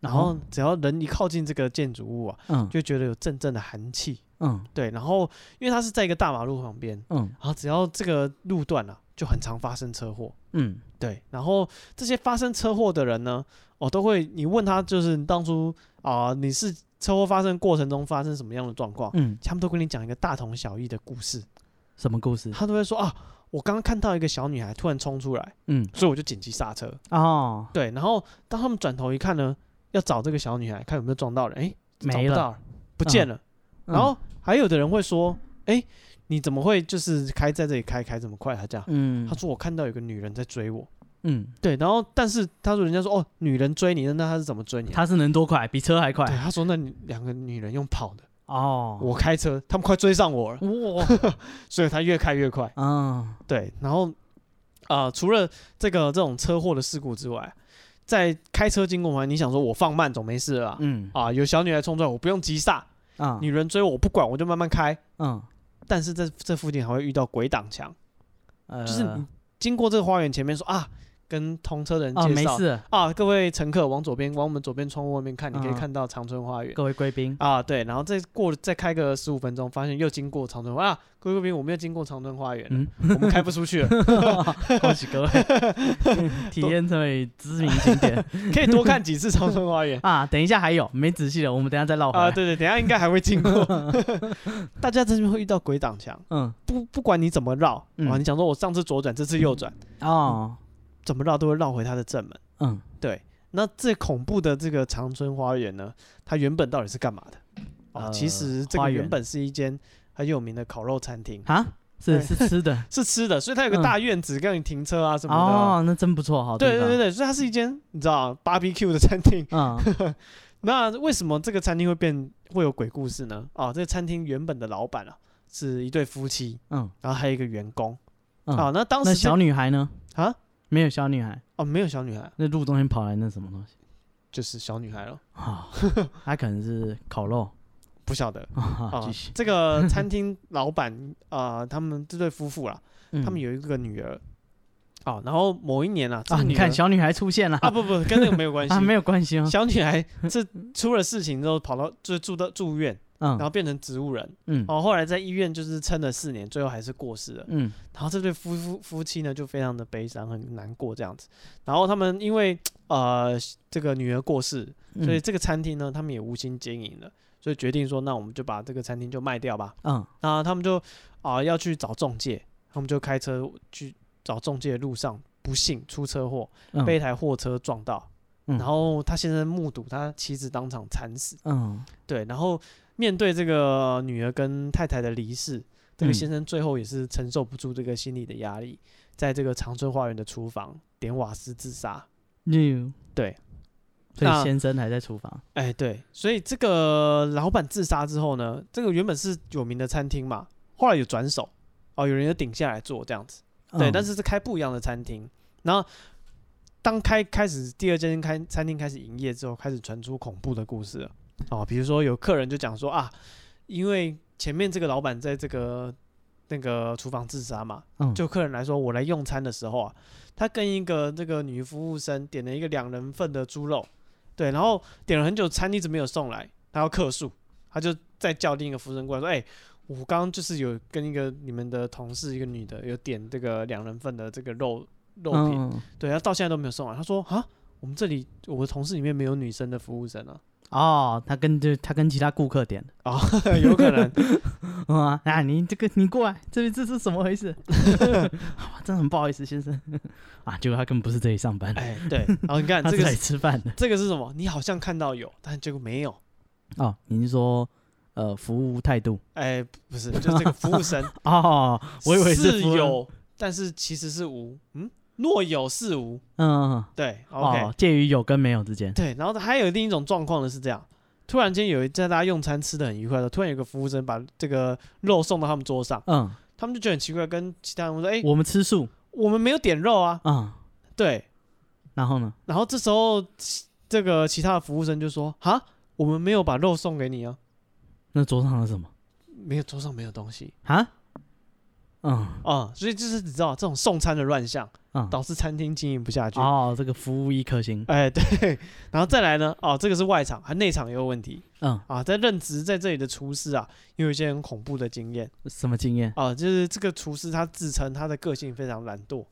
然后只要人一靠近这个建筑物啊，嗯就觉得有阵阵的寒气。嗯对，然后因为它是在一个大马路旁边，嗯然后只要这个路段啊，就很常发生车祸。嗯对，然后这些发生车祸的人呢，哦，都会你问他就是你当初啊、你是车祸发生过程中发生什么样的状况，嗯，他们都跟你讲一个大同小异的故事。什么故事？他都会说啊，我刚刚看到一个小女孩突然冲出来，嗯所以我就紧急刹车。哦，对，然后当他们转头一看呢，要找这个小女孩，看有没有撞到人，哎，找没不了。到，不见了。嗯然后还有的人会说，哎，你怎么会就是开在这里开开这么快？他这样，嗯他说我看到有个女人在追我。嗯，对，然后但是他说人家说哦，女人追你，那他是怎么追你啊？它是能多快？比车还对，快他说那你两个女人用跑的，哦。嗯我开车，他们快追上我了，哇，所以他越开越快。嗯对，然后啊、呃除了这个这种车祸的事故之外，在开车经过嘛，你想说我放慢总没事了啊、嗯啊有小女孩冲出来，我不用急刹，啊女人追我我不管，我就慢慢开。嗯，但是在这附近还会遇到鬼挡墙，呃就是你经过这个花园前面说啊，跟同车的人哦，介没绍、事，啊，各位乘客往左边，往我们左边窗户外面看，你可以嗯看到长春花园。各位贵宾，啊，对，然后再过再开个十五分钟，发现又经过长春花啊，各位贵宾，我们又经过长春花园了，嗯我们开不出去了， 恭喜各位 体验成为知名景 点可以多看几次长春花园。啊！等一下还有没仔细的，我们等一下再绕回啊、来。对对，等一下应该还会经 过。大家这边会遇到鬼挡墙，嗯不不管你怎么绕、啊，嗯你想说我上次左转，这次右转，哦怎么绕都会绕回它的正门。嗯，对，那最恐怖的这个长春花园呢，它原本到底是干嘛的？哦，呃其实这个花园原本是一间很有名的烤肉餐厅，啊是是 吃的是吃的，所以它有个嗯大院子，让你停车啊什么的啊。哦，那真不错，好地对对方对对，所以它是一间你知道 barbecue 的餐厅。嗯那为什么这个餐厅会变会有鬼故事呢？啊，这个餐厅原本的老板啊是一对夫妻，嗯然后还有一个员工。啊嗯，，那当时这那小女孩呢？啊没有小女孩，哦没有小女孩，那路中间跑来那什么东西就是小女孩了， 啊？她可能是烤肉不晓得。啊，啊继续，。这个餐厅老板啊、呃他们这对夫妇啦，他们有有一个女儿。哦，然后某一年啊，这嗯啊，个女你儿看小女孩出现了啊，不不，跟那个没有关系。 啊，没有关系哦。小女 孩这出了事情之后，跑到就是住到住院，然嗯后变成植物人。嗯哦，后来在医院就是撑了四年，最后还是过世了。嗯然后这对夫夫夫妻呢，就非常的悲伤，很难过这样子。然后他们因为呃这个女儿过世，嗯，所以这个餐厅呢，他们也无心经营了，所以决定说，那我们就把这个餐厅就卖掉吧。嗯那他们就啊、要去找中介，他们就开车去找中介的路上，不幸出车祸，嗯被一台货车撞到，嗯然后他先生目睹他妻子当场惨死。嗯对，然后面对这个女儿跟太太的离世，这个嗯先生最后也是承受不住这个心理的压力，在这个长春花园的厨房点瓦斯自杀。六对，所那以先生还在厨房。哎，对，所以这个老板自杀之后呢，这个原本是有名的餐厅嘛，后来有转手，哦，有人就顶下来做这样子，嗯对，但是是开不一样的餐厅。然后当开开始第二间开餐厅开始营业之后，开始传出恐怖的故事了哦，比如说有客人就讲说啊，因为前面这个老板在这个那个厨房自杀嘛，嗯就客人来说，我来用餐的时候啊，他跟一个这个女服务生点了一个两人份的猪肉，对，然后点了很久，餐一直没有送来，他要客诉，他就再叫另一个服务生过来说，哎、我刚刚就是有跟一个你们的同事，一个女的，有点这个两人份的这个肉肉品，嗯对，他到现在都没有送来。他说啊，我们这里我的同事里面没有女生的服务生啊， 哦，他跟就他跟其他顾客点的，哦，有可能，嗯啊，啊你这个你过来，这边这是怎么 回事？好吧，真的很不好意思，先生 啊，结果他根本不是这里上班，哎，对，然后你看 他这是个来是吃饭的。这个是什么？你好像看到有，但结果没有。哦，你是说呃服务态度？哎，不是，就是这个服务生哦，我以为是服务，有，但是其实是无，嗯，若有是无，嗯，对，OK，、哦，介于有跟没有之间。对，然后还有另一种状况呢是这样，突然间有一在大家用餐吃的很愉快的时候，突然有个服务生把这个肉送到他们桌上，嗯，他们就觉得很奇怪，跟其他人说：“哎、我们吃素我们没有点肉啊。啊、嗯，”对，然后呢？然后这时候其这个其他的服务生就说：“哈，我们没有把肉送给你啊，那桌上有什么没有桌上没有东西啊？嗯啊。所以就是你知道这种送餐的乱象，嗯，导致餐厅经营不下去。哦，这个服务一颗 星，哎，对，然后再来呢？哦，这个是外场，还内场也有问题嗯，啊。在任职在这里的厨师啊，也有一些很恐怖的经验什么经验？啊，就是这个厨师他自称他的个性非常懒惰，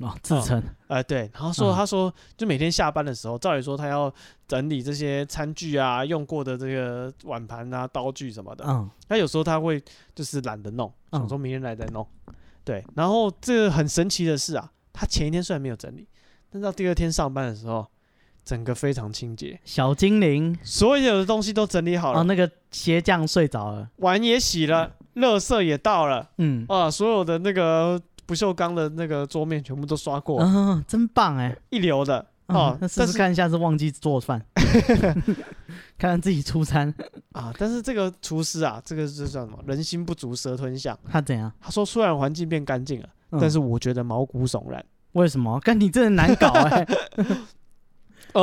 哦，自称，呃，对，然后说嗯他说就每天下班的时候，照理说他要整理这些餐具啊、用过的这个碗盘啊、刀具什么的，嗯他有时候他会就是懒得弄，嗯想说明天来再弄。对，然后这个很神奇的是啊，他前一天虽然没有整理，但到第二天上班的时候，整个非常清洁，小精灵，所有的东西都整理好哦，了，那嗯个鞋匠睡着了，碗也洗了，垃圾也倒了，嗯，啊，所有的那个不锈钢的那个桌面全部都刷过，嗯，真棒哎，一流的哦哦，那试但试是看下次忘记 做饭，看看自己出餐，啊，但是这个厨师啊，这个是叫什么？人心不足蛇吞象。他怎样？他说虽然环境变干净了，嗯但是我觉得毛骨悚然。为什么？跟你真的难搞 哎、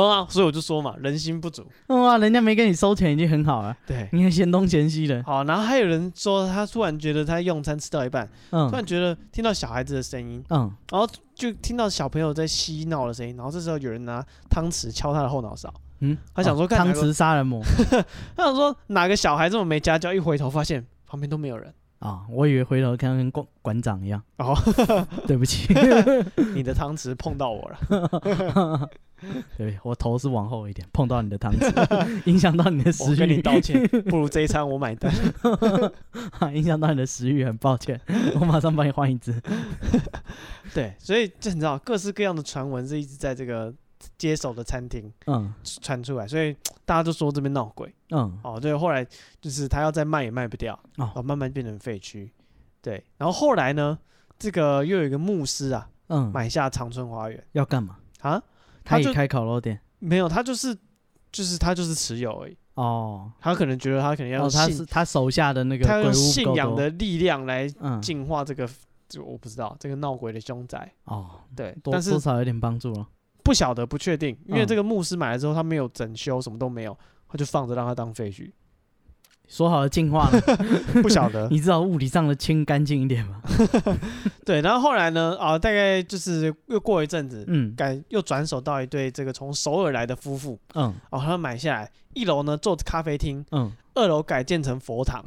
哦嗯啊，所以我就说嘛，人心不足。哇，人家没跟你收钱已经很好了，对，你还嫌东嫌西的，好，然后还有人说他突然觉得他用餐吃到一半，嗯突然觉得听到小孩子的声音，嗯，然后就听到小朋友在嬉闹的声音，然后这时候有人拿汤匙敲他的后脑勺，嗯，他想说哦看哪汤个匙杀人魔他想说哪个小孩这么没家教，一回头发现旁边都没有人。啊、我以为回头看到跟馆馆长一样，哦， 对不起，你的汤匙碰到 我了，对我头是往后一点，碰到你的汤匙， 影响到你的我食跟你欲，道歉，不如这一餐我买单。 影响到你的食欲，很抱歉， 我马上帮你换一只。对，所以这你知道，各式各样的传闻是一直在这个接手的餐厅嗯传出来，所以大家都说这边闹鬼嗯，哦。对，后来就是他要再卖也卖不掉，哦哦，慢慢变成废墟。对，然后后来呢，这个又有一个牧师啊，嗯，买下长春花园要干嘛？啊，他他也就开烤肉店没有，他就是就是他就是持有而已，哦。他可能觉得他可能要哦，他信，是他手下的那个他鬼用屋信够仰多的力量来嗯净化这个，就我不知道这个闹鬼的凶宅。哦，对，多但是多少有点帮助了。不晓得，不确定，因为嗯这个牧师买了之后，他没有整修，什么都没有，他就放着让他当废 墟，说好的进化呢？ 不晓 得。你至少物理上的清干净一点嘛。对，然后后来呢，啊，大概就是又过一阵子，嗯改又转手到一对这个从首尔来的夫妇，嗯哦，他们买下来，一楼呢做咖啡厅，嗯二楼改建成佛堂。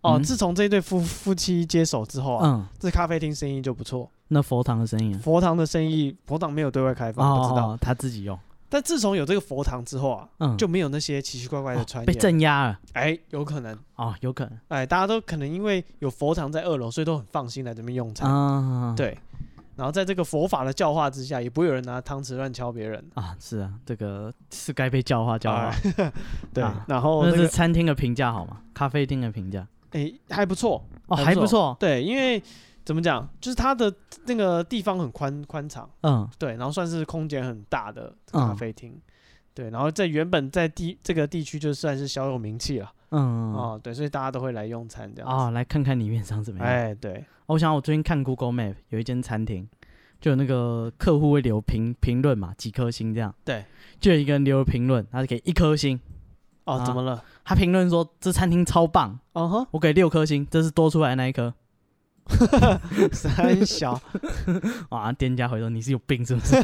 哦，嗯自从这对夫夫妻接手之后啊，嗯，这咖啡厅生意就不错，那佛堂的声音啊，佛堂的生意，佛堂没有对外开哦放，不知道。哦他自己用，但自从有这个佛堂之后啊，嗯，就没有那些奇奇怪怪的哦传被言，镇压了哎，有可能。哦，有可能哎，大家都可能因为有佛堂在二楼，所以都很放心来这边用餐。啊，对，然后在这个佛法的教化之下，也不会有人拿汤匙乱敲别人。啊，是啊，这个是该被教化教化啊。 对，啊然后那哦那是个餐厅的评价好吗？咖啡厅的评价哎还不错，哦，还还不不错，对，因为怎么讲，就是它的那个地方很宽宽敞，嗯对，然后算是空间很大的咖啡厅。对，然后在原本在地这个地区就算是小有名气了嗯哦，对，所以大家都会来用餐这样子。啊，来看看里面长怎么样。哎，对，哦我想我最近看 Google Map 有一间餐厅，就有那个客户会留评评论嘛，几颗星这样。对，就有一个人留了评论，他是给一颗星，哦，怎啊么了？他评论说这餐厅超棒，哦吼， 我给六颗星，这是多出来的那一颗。三 小，啊，店家回头你是有病是不 是？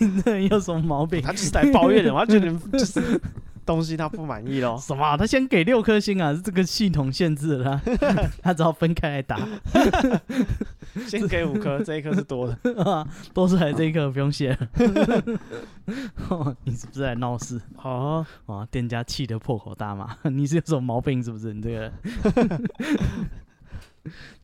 你这人有什么毛病？他就是来抱怨的，我觉 得就是东西他不满意 咯。什么啊、他先给六颗星啊？是这个系统限制了啊、他 只好分开来打，先给五颗，这一颗是多 的。啊多出来这一颗不用谢了。 哦你是不是来闹事？哦，哇，店家气得破口大骂：“你是有什么毛病？是不是？你这个 人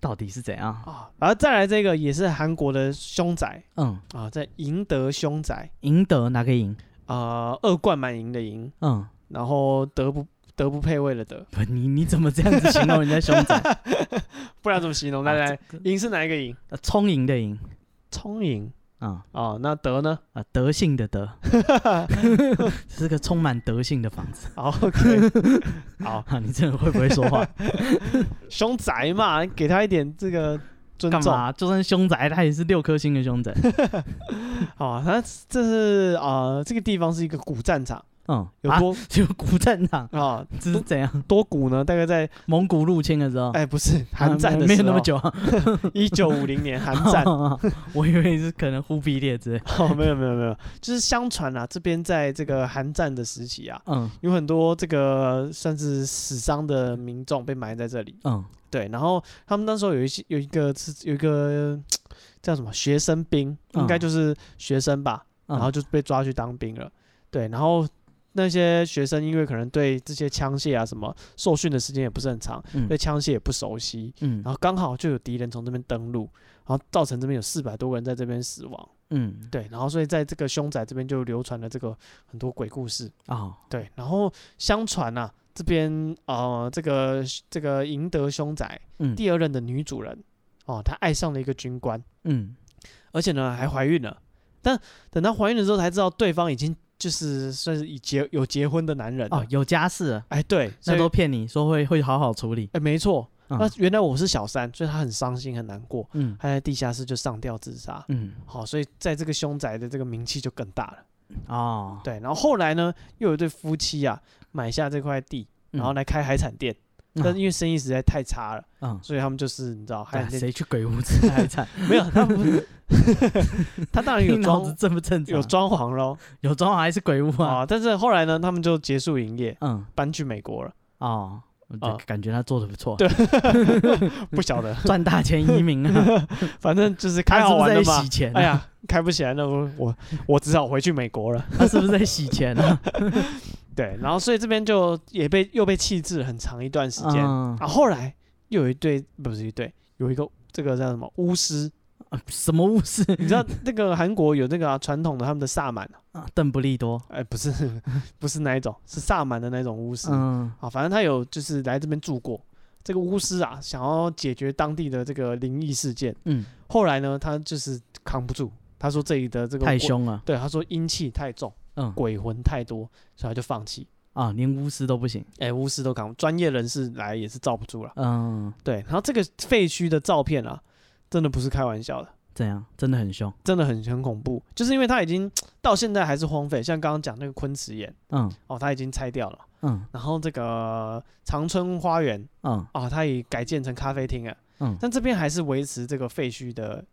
到底是怎样啊，然后再来这个也是韩国的凶宅？”嗯，啊，在赢得凶宅赢得哪个赢？啊，恶贯满盈的赢，嗯，然后德不德不配位的德，不，你你怎么这样子形容人家凶宅？不然怎么形容？来啊来，赢是哪一个赢？呃聪颖的颖聪颖啊啊，那德呢？ 啊，德性的德， 这是个充满德性的房子好，OK，好，啊！你这人会不会说话？凶宅嘛，给他一点这个尊干重。嘛？就算凶宅，它也是六颗星的 凶宅。啊，那这是啊、呃这个地方是一个古战场，嗯，有啊 多就古战场，啊这是 怎样？多古呢？大概在蒙古入侵的时候，哎、不是韩啊战没的没时候，有那么久哦啊，一九五零 年韩 战。我以为是可能忽必烈之类。哦，没有没有没有，就是相传啊，这边在这个韩战的时期啊，嗯有很多这个算是死伤的民众被埋在这里。嗯对，然后他们那时候有一些有一个是有一个叫什么学生兵，应该嗯就是学生吧，嗯然后就被抓去当兵了。对，然后那些学生因为可能对这些枪械啊什么受训的时间也不是很长，嗯对枪械也不熟悉，嗯然后刚好就有敌人从这边登陆，然后造成这边有四百多个人在这边死亡。嗯对，然后所以在这个凶宅这边就流传了这个很多鬼故事。哦对，然后相传啊，这边呃，这个这个赢得凶宅嗯第二任的女主人哦，她爱上了一个军官，嗯而且呢还怀孕了。但等她怀孕的时候才知道，对方已经就是算是已结有结婚的男人了。哦有家室了，哎，对，所那以都骗你说会会好好处理。哎没错。嗯那原来我是小三，所以她很伤心很难过，嗯她在地下室就上吊自杀。嗯好、所以在这个凶宅的这个名气就更大了。哦，对，然后后来呢，又有一对夫妻啊买下这块地，然后嗯来开海产店，嗯但是因为生意实在太差了，嗯，所以他们就是你知道海干产店谁去鬼屋吃海产？没有，他们不是 他当然 你有脑子装正不正常？有装潢喽 有装潢还是鬼屋啊？啊，但是后来呢，他们就结束营业，嗯搬去美国了，哦，我就啊感觉他做的不错，对不晓得，赚大钱移 民啊，反正就是开他是好不玩是的在嘛洗。钱啊？哎呀，开不起来，那我我我只好回去美 国了。他是不是在洗钱 啊？对，然后所以这边就也被又被弃置很长一段时间。嗯啊，后来又有一对，不是一对，有一个这个叫什么巫师，啊什么巫师你知 道那个韩国有那个啊传、统的他们的萨满，啊？邓布利多，哎、不是 不是那一种，是萨满的那种巫师、嗯啊，反正他有就是来这边住过。这个巫师啊，想要解决当地的这个灵异事件，嗯，后来呢，他就是扛不住，他说这里的这个太鬼，凶了，对，他说阴气太重，嗯鬼魂太多，所以他就放弃。啊，连巫师都不行，哎、巫师都扛，专业人士来也是罩不住了。嗯，对，然后这个废墟的照片啊，真的不是开玩笑的，怎样？真的很凶，真的很很恐怖，就是因为它已经到现在还是荒废，像刚刚讲那个昆池岩嗯哦，它已经拆掉了，嗯然后这个长春花园嗯哦，它也改建成咖啡厅了，嗯但这边还是维持这个废墟的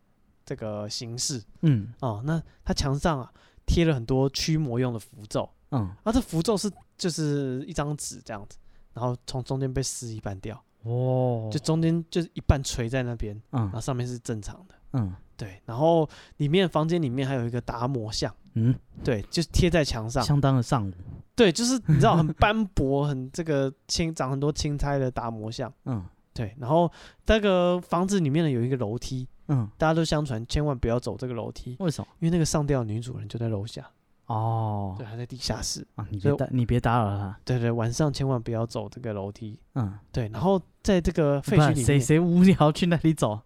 这个形式嗯哦。那它墙上啊贴了很多驱魔用的符咒，嗯，啊，这符咒是就是一张纸这样子，然后从中间被撕一半掉，哦就中间就是一半垂在那边，然后嗯上面是正常的。嗯对，然后里面房间里面还有一个达摩像，嗯，对，就是贴在墙上，相当的上午，对，就是你知道很斑驳，很这个青长很多青苔的达摩像，嗯对，然后那个房子里面呢有一个楼梯，嗯，大家都相传千万不要走这个楼梯，为什么？因为那个上吊的女主人就在楼下，哦对，还在地下室，啊，你所以别打你别打扰他，对对，晚上千万不要走这个楼梯，嗯，对，然后在这个废不墟然里谁面谁无聊去那里走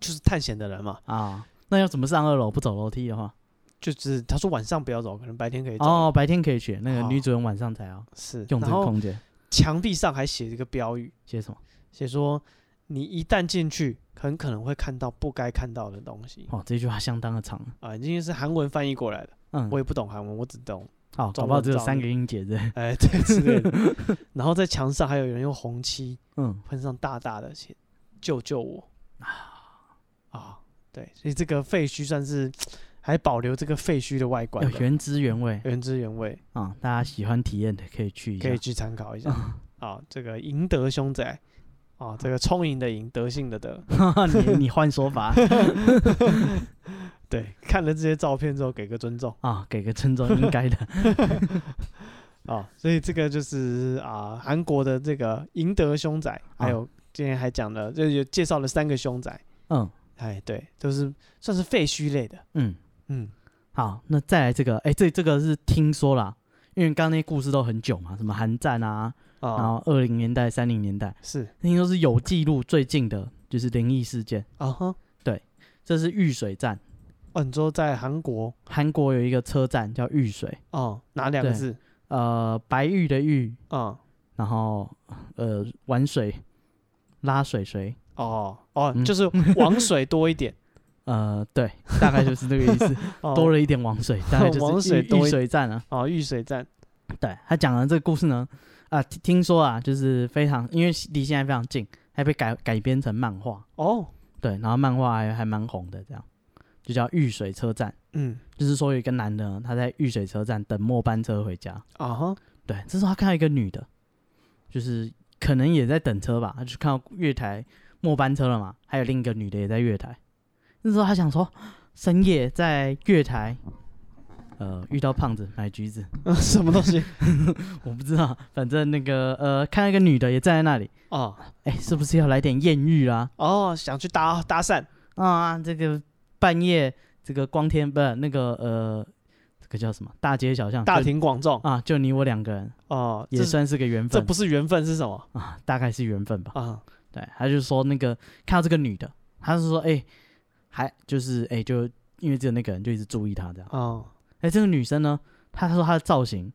就是探险的人嘛，啊？那要怎么上二楼？不走楼梯的话，就是他说晚上不要走，可能白天可以走。哦，白天可以去，那哦个女主人晚上才要是，用这然个后空间。墙壁上还写一个标语，写什么？写说你一旦进去，很可能会看到不该看到的东西哦，这句话相当的长。啊，今天是韩文翻译过来的，嗯我，也不懂韩文，我只 懂好，中搞不好文只有照三例个音节的。哎对之类的。 然后在墙上还有人用红漆嗯，喷上大大的写“救救我”啊啊，对，所以这个废墟算是还保留这个废墟的外观要的原汁原味原汁原味，啊！大家喜欢体验的可以去一下嗯可以。去参考一下。 啊，这个赢得凶宅，啊，这个充盈的赢，德性的德， 你你换说法对，看了这些照片之后给个尊重啊，给个尊重应 该的。啊，所以这个就是啊，韩国的这个赢得凶宅，啊还有今天还讲了，这有介绍了三个凶宅，嗯哎，对，都是算是废墟类的，嗯，嗯，好，那再来这个，哎，这这个是听说啦，因为刚刚那些故事都很久嘛，什么韩战啊，然啊，后二零年代、三零年代，是听说是有记录最近的，就是灵异事件。啊哈，这是玉水站，哦，你说在韩国韩国有一个车站叫玉水，哦，哪两个对字？呃，白玉的玉，嗯，然后呃，玩水，拉水水，哦哦，嗯就是王水多一 点，呃，对，大概就是这个意 思，哦多了一点王水，大概王就是水玉多一玉水站啊。哦，玉水站对他讲的这个故事呢，啊、听听说啊，就是非常，因为离现在非常近，还被改改编成漫画，哦，对，然后漫画还还蛮红的，这样就叫玉水车站，嗯，就是说有一个男的呢，他在玉水车站等末班车回家，啊哈，对，这时候他看到一个女的，就是可能也在等车吧，他就看到月台末班车了嘛，还有另一个女的也在月台。那时候他想说，深夜在月台，呃，遇到胖子买橘子， 什么东西？ 我不知道，反正那个呃，看到一个女的也站在那里，哦哎，是不是要来点艳遇啊？哦，想去搭搭讪啊，这个半夜这个光天不是那个呃，这个叫什么大街小巷，大就庭广众啊，就你我两个人哦，也这算是个缘这分不是缘分是什么啊，大概是缘分吧。啊？对，他就说那个看到这个女的，他是说哎、还就是哎、就因为只有那个人就一直注意她这样。哦哎、这个女生呢，她说她的造型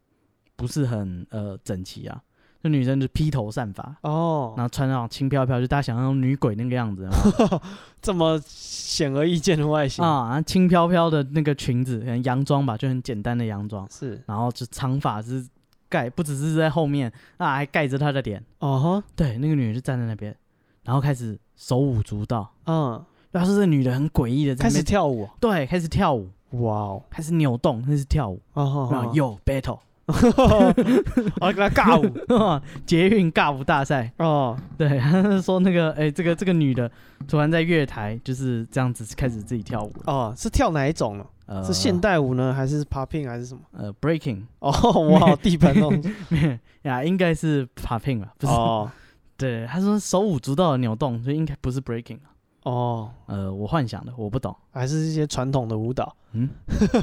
不是很呃整齐啊，这女生就披头散发，哦，哦然后穿那种轻飘飘，就大家想象女鬼那个样子啊有没有这么显而易见的外形啊，然后轻飘飘的那个裙子，可能洋装吧，就很简单的洋装，是然后就长发是盖，不只是在后面啊，还盖着她的脸。哦对，那个女人就站在那边，然后开始手舞足蹈。哈嗯，然后是这女的很诡异的，开始跳舞哦，对，开始跳舞，哇哦，开始扭动，开始跳舞，哦哦然后哦又 battle， 哦跟他尬舞捷运尬舞大赛。哦对，他是说那个，哎、这个这个女的突然在月台就是这样子开始自己跳舞，哦，是跳哪一种呢？呃，是现代舞呢，还是 popping 还是什么？呃 breaking 哦哇，地板哦那种 呀，应该是 popping 吧？不是，哦对，他说手舞足蹈的扭动，所以应该不是 breaking。哦，呃，我幻想的，我不懂，还是一些传统的舞蹈，嗯，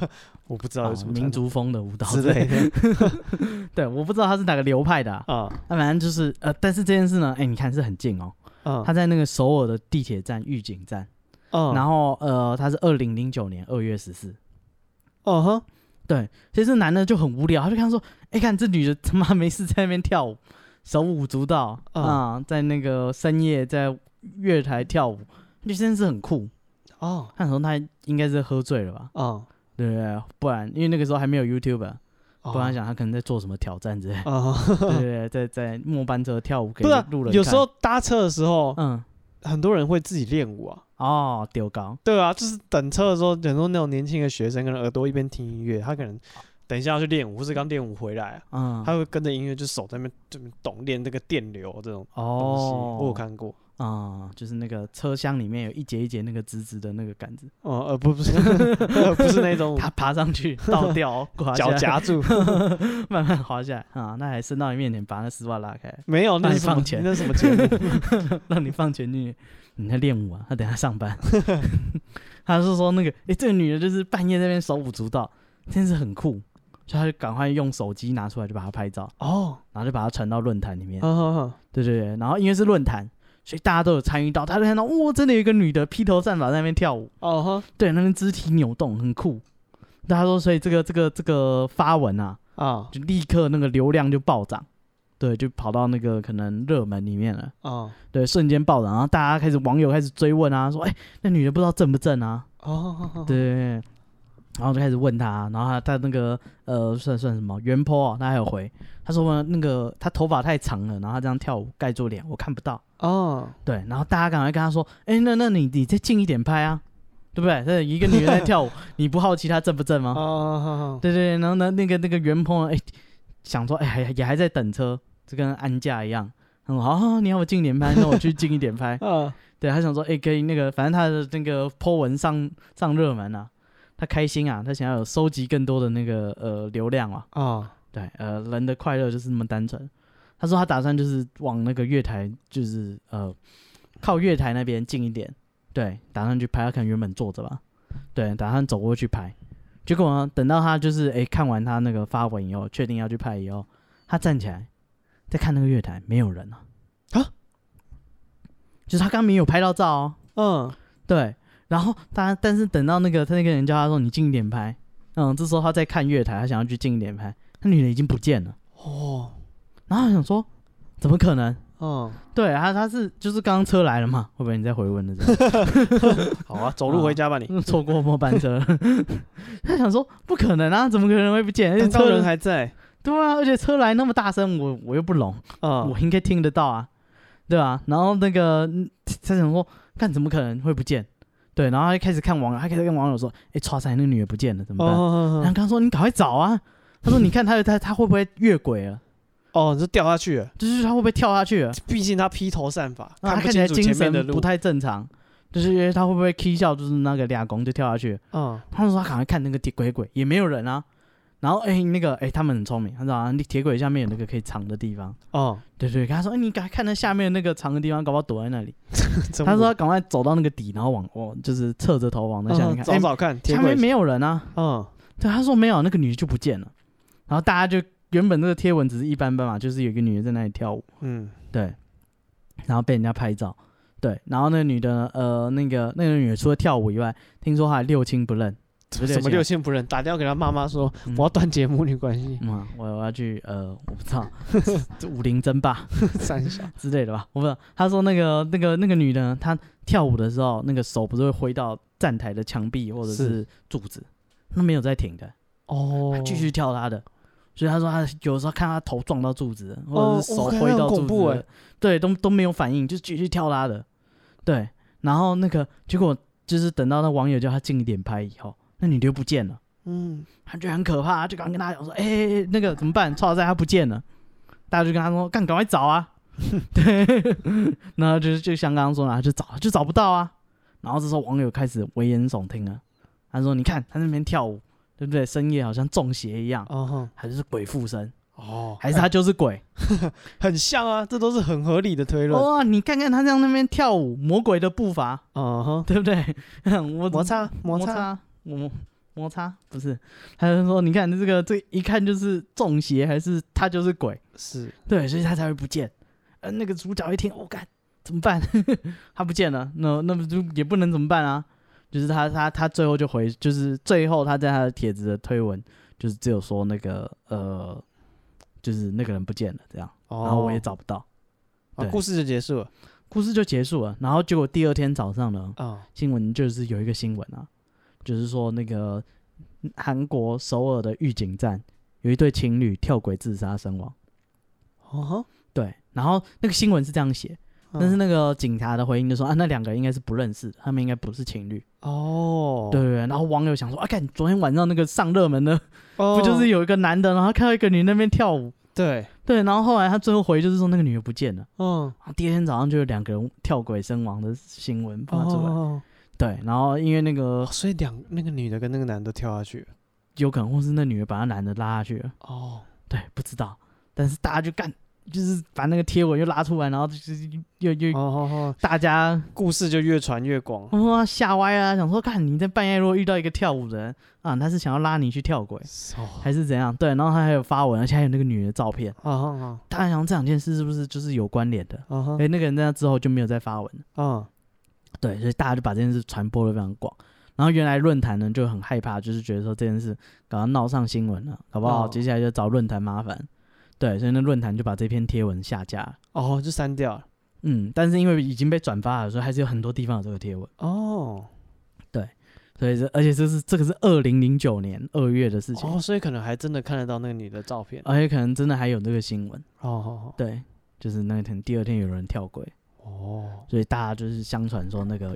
我不知道啊有什么民传统族风的舞蹈之类 的，的 对，我不知道他是哪个流派的、啊，啊那反正就是呃，但是这件事呢，哎、你看是很近哦，嗯他在那个首尔的地铁站预警站，嗯，然后后呃，他是二零零九年二月十四，哦哼其实这男的就很无聊，他就看说，哎、看这女的他妈没事在那边跳舞，手舞足蹈嗯啊、在那个深夜在月台跳舞，就真的是很酷。哦那时候他应该是喝醉了吧，嗯，对不对？不然因为那个时候还没有 YouTube，r 哦不然想他可能在做什么挑战之类 的，啊，对不对？在在末班车跳舞给不是啊路人看，有时候搭车的时候，嗯很多人会自己练舞啊。哦丢高对啊，就是等车的时候，很多那种年轻的学生可能耳朵一边听音乐，他可能等一下要去练舞，或是刚练舞回来啊、嗯他会跟着音乐就手在那边这边动练这个电流这种东西，哦，我有看过。啊、就是那个车厢里面有一节一节那个直直的那个杆子，哦、呃，不不 是呃不是那种他 爬上去倒掉，滑下脚来，夹住， 慢慢滑下来啊，那还伸到你面前，把那丝袜拉开， 没有那是那你什么放钱那是什么节 目？让你放钱进去。你在练舞啊？他等下上班。 他是说那个，诶，这个女的就是半夜在那边手舞足蹈，真是很酷，所以他就赶快用手机拿出来就把它拍照，哦，嗯然后就把它传到论坛里面。好好好，对对对，然后因为是论坛，所以大家都有参与到，他就看到嗯哇，真的有一个女的披头散发在那边跳舞。哦哈，对，那边肢体扭动很酷。他说，所以这个这个这个发文啊，啊就立刻那个流量就暴涨，对，就跑到那个可能热门里面了，啊对，瞬间暴涨，然后大家开始网友开始追问啊，说，哎、那女的不知道正不正啊？哦，对，对对然后就开始问啊他，然后他他那个呃算算什么原坡、哦，他还有回，他说那个他头发太长了，然后他这样跳舞盖住脸，我看不到。哦，对，然后大家赶快跟他说，哎、那那你你再近一点拍啊，对不对？那一个女人在跳舞， 你不好奇她正不正吗？哦，对对，对然后呢，那个那个袁鹏哎，想说哎还也还在等车，就跟安驾一样。嗯，好、好你要我近一点拍，那我去近一 点拍。啊，对他想说，哎、可以那个，反正他的那个 po 文上上热门啊，他开心啊，他想要有收集更多的那个呃流量啊。啊，对，呃，人的快乐就是那么单纯。他说他打算就是往那个月台，就是呃，靠月台那边近一点，对，打算去拍。他可能原本坐着吧，对，打算走过去拍。结果呢，等到他就是诶看完他那个发文以后，确定要去拍以后，他站起来再看那个月台，没有人啊，啊，就是他刚没有拍到照哦，嗯，对，然后他但是等到那个他那个人叫他说你近一点拍，嗯，这时候他在看月台，他想要去近一点拍，那女的已经不见了。哦，然后我想说，怎么可能？嗯，对他，他是就是刚刚车来了嘛，会不会你再回问的时候 好啊，走路回家吧你。错过末班车？ 他想说不可能啊，怎么可能会不见？而且刚刚车人还在，对啊，而且车来那么大声，我我又不聋，啊我应该听得到啊，对啊。然后那个嗯他想说，看怎么可能会不见？对，然后他就开始看网友，他开始跟网友说，哎，叉仔那个女的不见了，怎么办？然后哦刚说你赶快找 啊，他说你看他他他会不会越轨了？哦，你就掉下去了。就是他会不会跳下去 了？啊毕竟他披头散发，那他不看起来清楚精前面神的不路。太正常，就是因为他会不会 K 笑，就是那个俩公就跳下去。嗯他们说他赶快看那个铁轨轨，也没有人啊。然后哎、那个哎、他们很聪明，他说啊，那铁轨下面有那个可以藏的地方。 哦，对对，跟他说，哎、你赶快看那下面那个藏的地方，搞不好躲在那里。怎么他说他赶快走到那个底，然后往往就是侧着头往那下面嗯看，找哎、找看，铁下轨面，没有人啊。嗯对，他说没有，那个女的就不见了。然后大家就原本这个贴文只是一般般嘛，就是有一个女的在那里跳舞。嗯对，然后被人家拍照，对，然后那个女的呢，呃，那个那个女的除了跳舞以外，听说还六亲不认，怎什么六亲不认？打电话给他妈妈说嗯我要断绝母女关系，嗯啊、我我要去呃，我不知道这武林争霸 三小之类的吧，我不知道。他说那个那个那个女的呢，她跳舞的时候，那个手不是会挥到站台的墙壁或者是是柱子，那没有在停的，哦她，啊继续跳她的。所以他说，他有时候看他头撞到柱子，或者是哦手我看挥那到很柱恐子怖的，欸对，都都没有反应，就继续跳拉的。对，然后那个结果就是等到那网友叫他近一点拍以后，那女的就不见了，嗯他觉得很可怕，他就赶快跟大家讲说，哎、欸欸那个怎么办？超载他不见了，大家就跟他说，干，赶快找啊。 对，然后就是就像刚刚说的啊，就找就找不到啊。然后这时候网友开始危言耸听了，他说，你看他那边跳舞，对不对？深夜好像中邪一样，哦哼还是鬼附身，哦，还是他就是鬼。很像啊，这都是很合理的推论。哇、你看看他在那边跳舞，魔鬼的步伐，嗯哼，对不对？ 我摩擦摩摩擦，擦摩摩擦不是，他就说你看这个这一看就是中邪，还是他就是鬼，是对，所以他才会不见。呃，那个主角一听，我、干怎么办？ 他不见了，那那不就也不能怎么办啊？就是他他他最后就回，就是最后他在他的帖子的推文，就是只有说那个呃，就是那个人不见了这样，哦，然后我也找不到。啊对故事就结束了故事就结束了。然后结果第二天早上呢，啊，新闻就是有一个新闻啊，就是说那个嗯韩国首尔的预警站有一对情侣跳轨自杀身亡。哦哼，对，然后那个新闻是这样写，但是嗯那个警察的回应就说啊，那两个人应该是不认识的，他们应该不是情侣。哦，对对对。然后网友想说啊，看昨天晚上那个上热门的，哦，不就是有一个男的，然后看到一个女的那边跳舞，对，对，然后后来他最后回就是说那个女的不见了，嗯，然后第二天早上就有两个人跳轨身亡的新闻发出来。哦，对，然后因为那个哦所以两那个女的跟那个男的跳下去了，有可能或是那女的把那男的拉下去了，哦，对，不知道。但是大家就干，就是把那个贴文又拉出来，然后就是又哦又、哦哦，大家故事就越传越广，哇吓歪啊，想说看你在半夜如果遇到一个跳舞的人啊，他是想要拉你去跳轨哦，还是怎样？对，然后他还有发文，而且还有那个女的照片，啊啊大家想这两件事是不是就是有关联的？啊哈哎、，那个人在那之后就没有再发文了，啊，对，所以大家就把这件事传播的非常广。然后原来论坛呢就很害怕，就是觉得说这件事搞到闹上新闻了，搞不好哦接下来就找论坛麻烦。对，所以那论坛就把这篇贴文下架了。哦，就删掉了。嗯，但是因为已经被转发了，所以还是有很多地方有这个贴文。哦所以这而且这是这个是二零零九年二月的事情，哦，所以可能还真的看得到那个女的照片。哦而且可能真的还有这个新闻。哦对，就是那天第二天有人跳轨，哦哦，所以大家就是相传说那个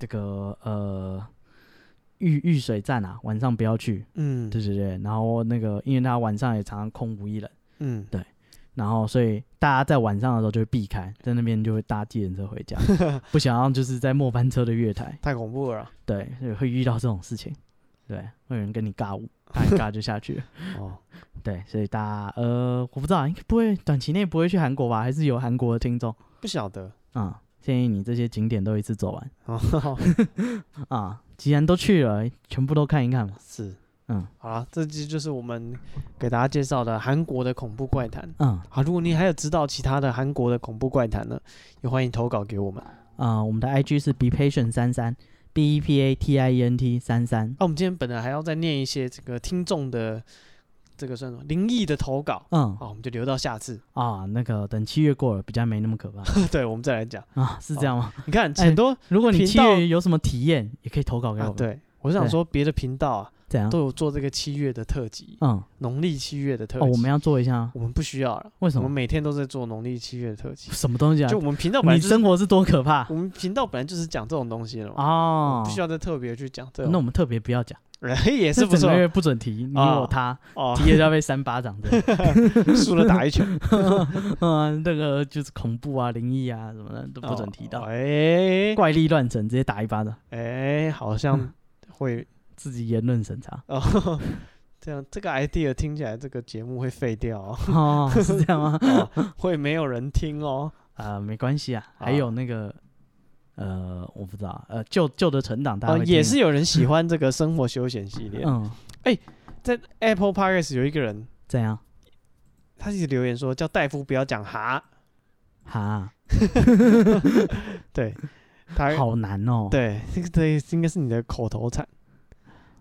这个呃遇遇水站啊，晚上不要去。嗯对对对，然后那个因为他晚上也常常空无一人，嗯，然后所以大家在晚上的时候就会避开，在那边就会搭计程车回家，不想要就是在末班车的月台，太恐怖了啦。对，所以会遇到这种事情，对，会有人跟你尬 舞，尬一尬就下去了。哦，对，所以大家呃，我不知道，应该不会短期内不会去韩国吧？还是有韩国的听众不晓得。啊、建议你这些景点都一次走完 哦，啊、既然都去了，全部都看一看嘛。是，嗯好啦，这期就是我们给大家介绍的韩国的恐怖怪谈。嗯好，如果你还有知道其他的韩国的恐怖怪谈呢，也欢迎投稿给我们。啊、我们的 IG 是 be patient 三三 b e p a t i e n t 三三那、。我们今天本来还要再念一些这个听众的这个算什么灵异的投稿，嗯好，我们就留到下次。 啊，那个等七月过了，比较没那么可怕对，我们再来讲。啊，是这样吗？ 你看哎很多、如果你频七道月有什么体验，也可以投稿给我啊，们。，对我是想对说别的频道啊怎样？都有做这个七月的特辑，嗯，农历七月的特辑。哦，我们要做一下，我们不需要了，为什我们么？每天都在做农历七月的特辑。什么东西啊就？我们频道本来你就是生活是多可怕我们频道本来就是讲这种东西的嘛，哦我！不需要再特别去讲这那我种，们特别不要讲。 也是不这整错个月不准提，你啊有他，哦， 提了就要被扇巴掌 的。输了打一拳嗯，那个就是恐怖啊、灵异啊什么的 都不准提哦到，哎怪力乱神直接打一巴掌，哎，好像 会自己言论审查。哦，这样这个 idea 听起来这个节目会废掉 哦，哦，是这 样吗？哦会没有人听哦。啊，没关系啊，啊还有那个。呃，我不知道，呃，旧旧的存档大家哦，会听也是有人喜欢这个生活休闲系列， 嗯，在 Apple Podcast 有一个人，怎样？他一直留言说叫戴夫不要讲哈， 哈，对他好难哦。，对这个这应该是你的口头禅。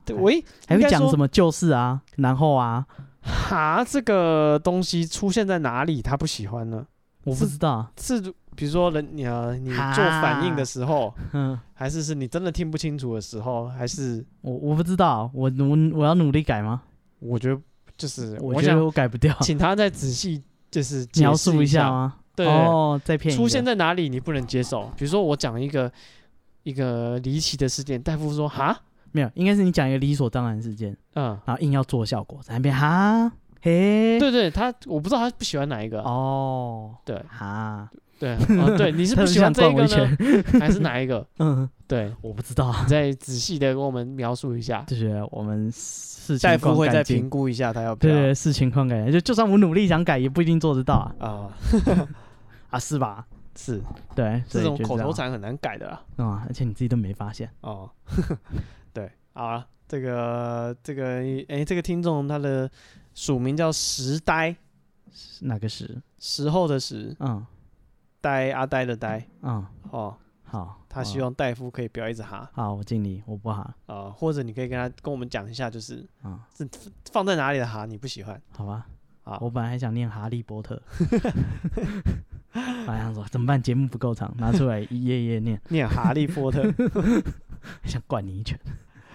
对，哎喂，还会应讲该说什么旧事啊，然后啊，哈这个东西出现在哪里，他不喜欢呢？我不知道。啊是比如说人你呃你做反应的时候，嗯，还是是你真的听不清楚的时候，还是我我不知道，我努我要努力改吗？我觉得就是我觉想得我改不掉。请他再仔细就是解释 描述一下？吗？对哦，再骗一个出现在哪里你不能接受？比如说我讲一个一个离奇的事件，大夫说哈，没有？应该是你讲一个理所当然的事件，嗯，然后硬要做效果，在那边哈嘿，对对，他我不知道他不喜欢哪一个，哦对哈，对、哦对，你是不喜欢这他一是不个是想呢，还是哪一个？嗯，对，我不知道，你再仔细的跟我们描述一下，就是我们事情 大夫况会再改进评，估一下他要不对要对，视情况改进，就就算我努力想改，也不一定做得到啊，啊、啊是吧？是对，这所以种就口这样头禅很难改的啦。啊，而且你自己都没发现，哦， 对，好了，这个这个哎，这个听众他的署名叫石呆，是哪个是？时候的时，嗯呆阿呆的呆嗯，哦，好，他希望戴夫可以不要一直哈啊、好好，我尽力，我不哈，或者你可以跟他跟我们讲一下，就是嗯，是放在哪里的哈你不喜欢好吧。啊？我本来还想念《哈利波特》，我还想说怎么办，节目不够长，拿出来一页一页念， 念哈利波 特。想灌你一拳，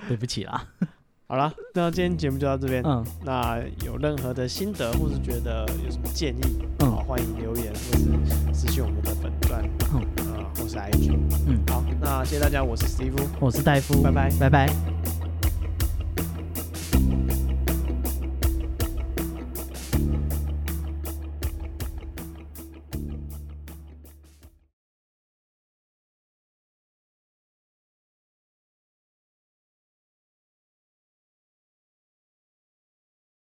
对不起啦。好了，那今天节目就到这边。嗯那有任何的心得或是觉得有什么建议，好，嗯，欢迎留言或是私信我们的粉钻，嗯呃，或是 IG。嗯，好，那谢谢大家，我是 Steve，我是戴夫，拜拜。拜拜。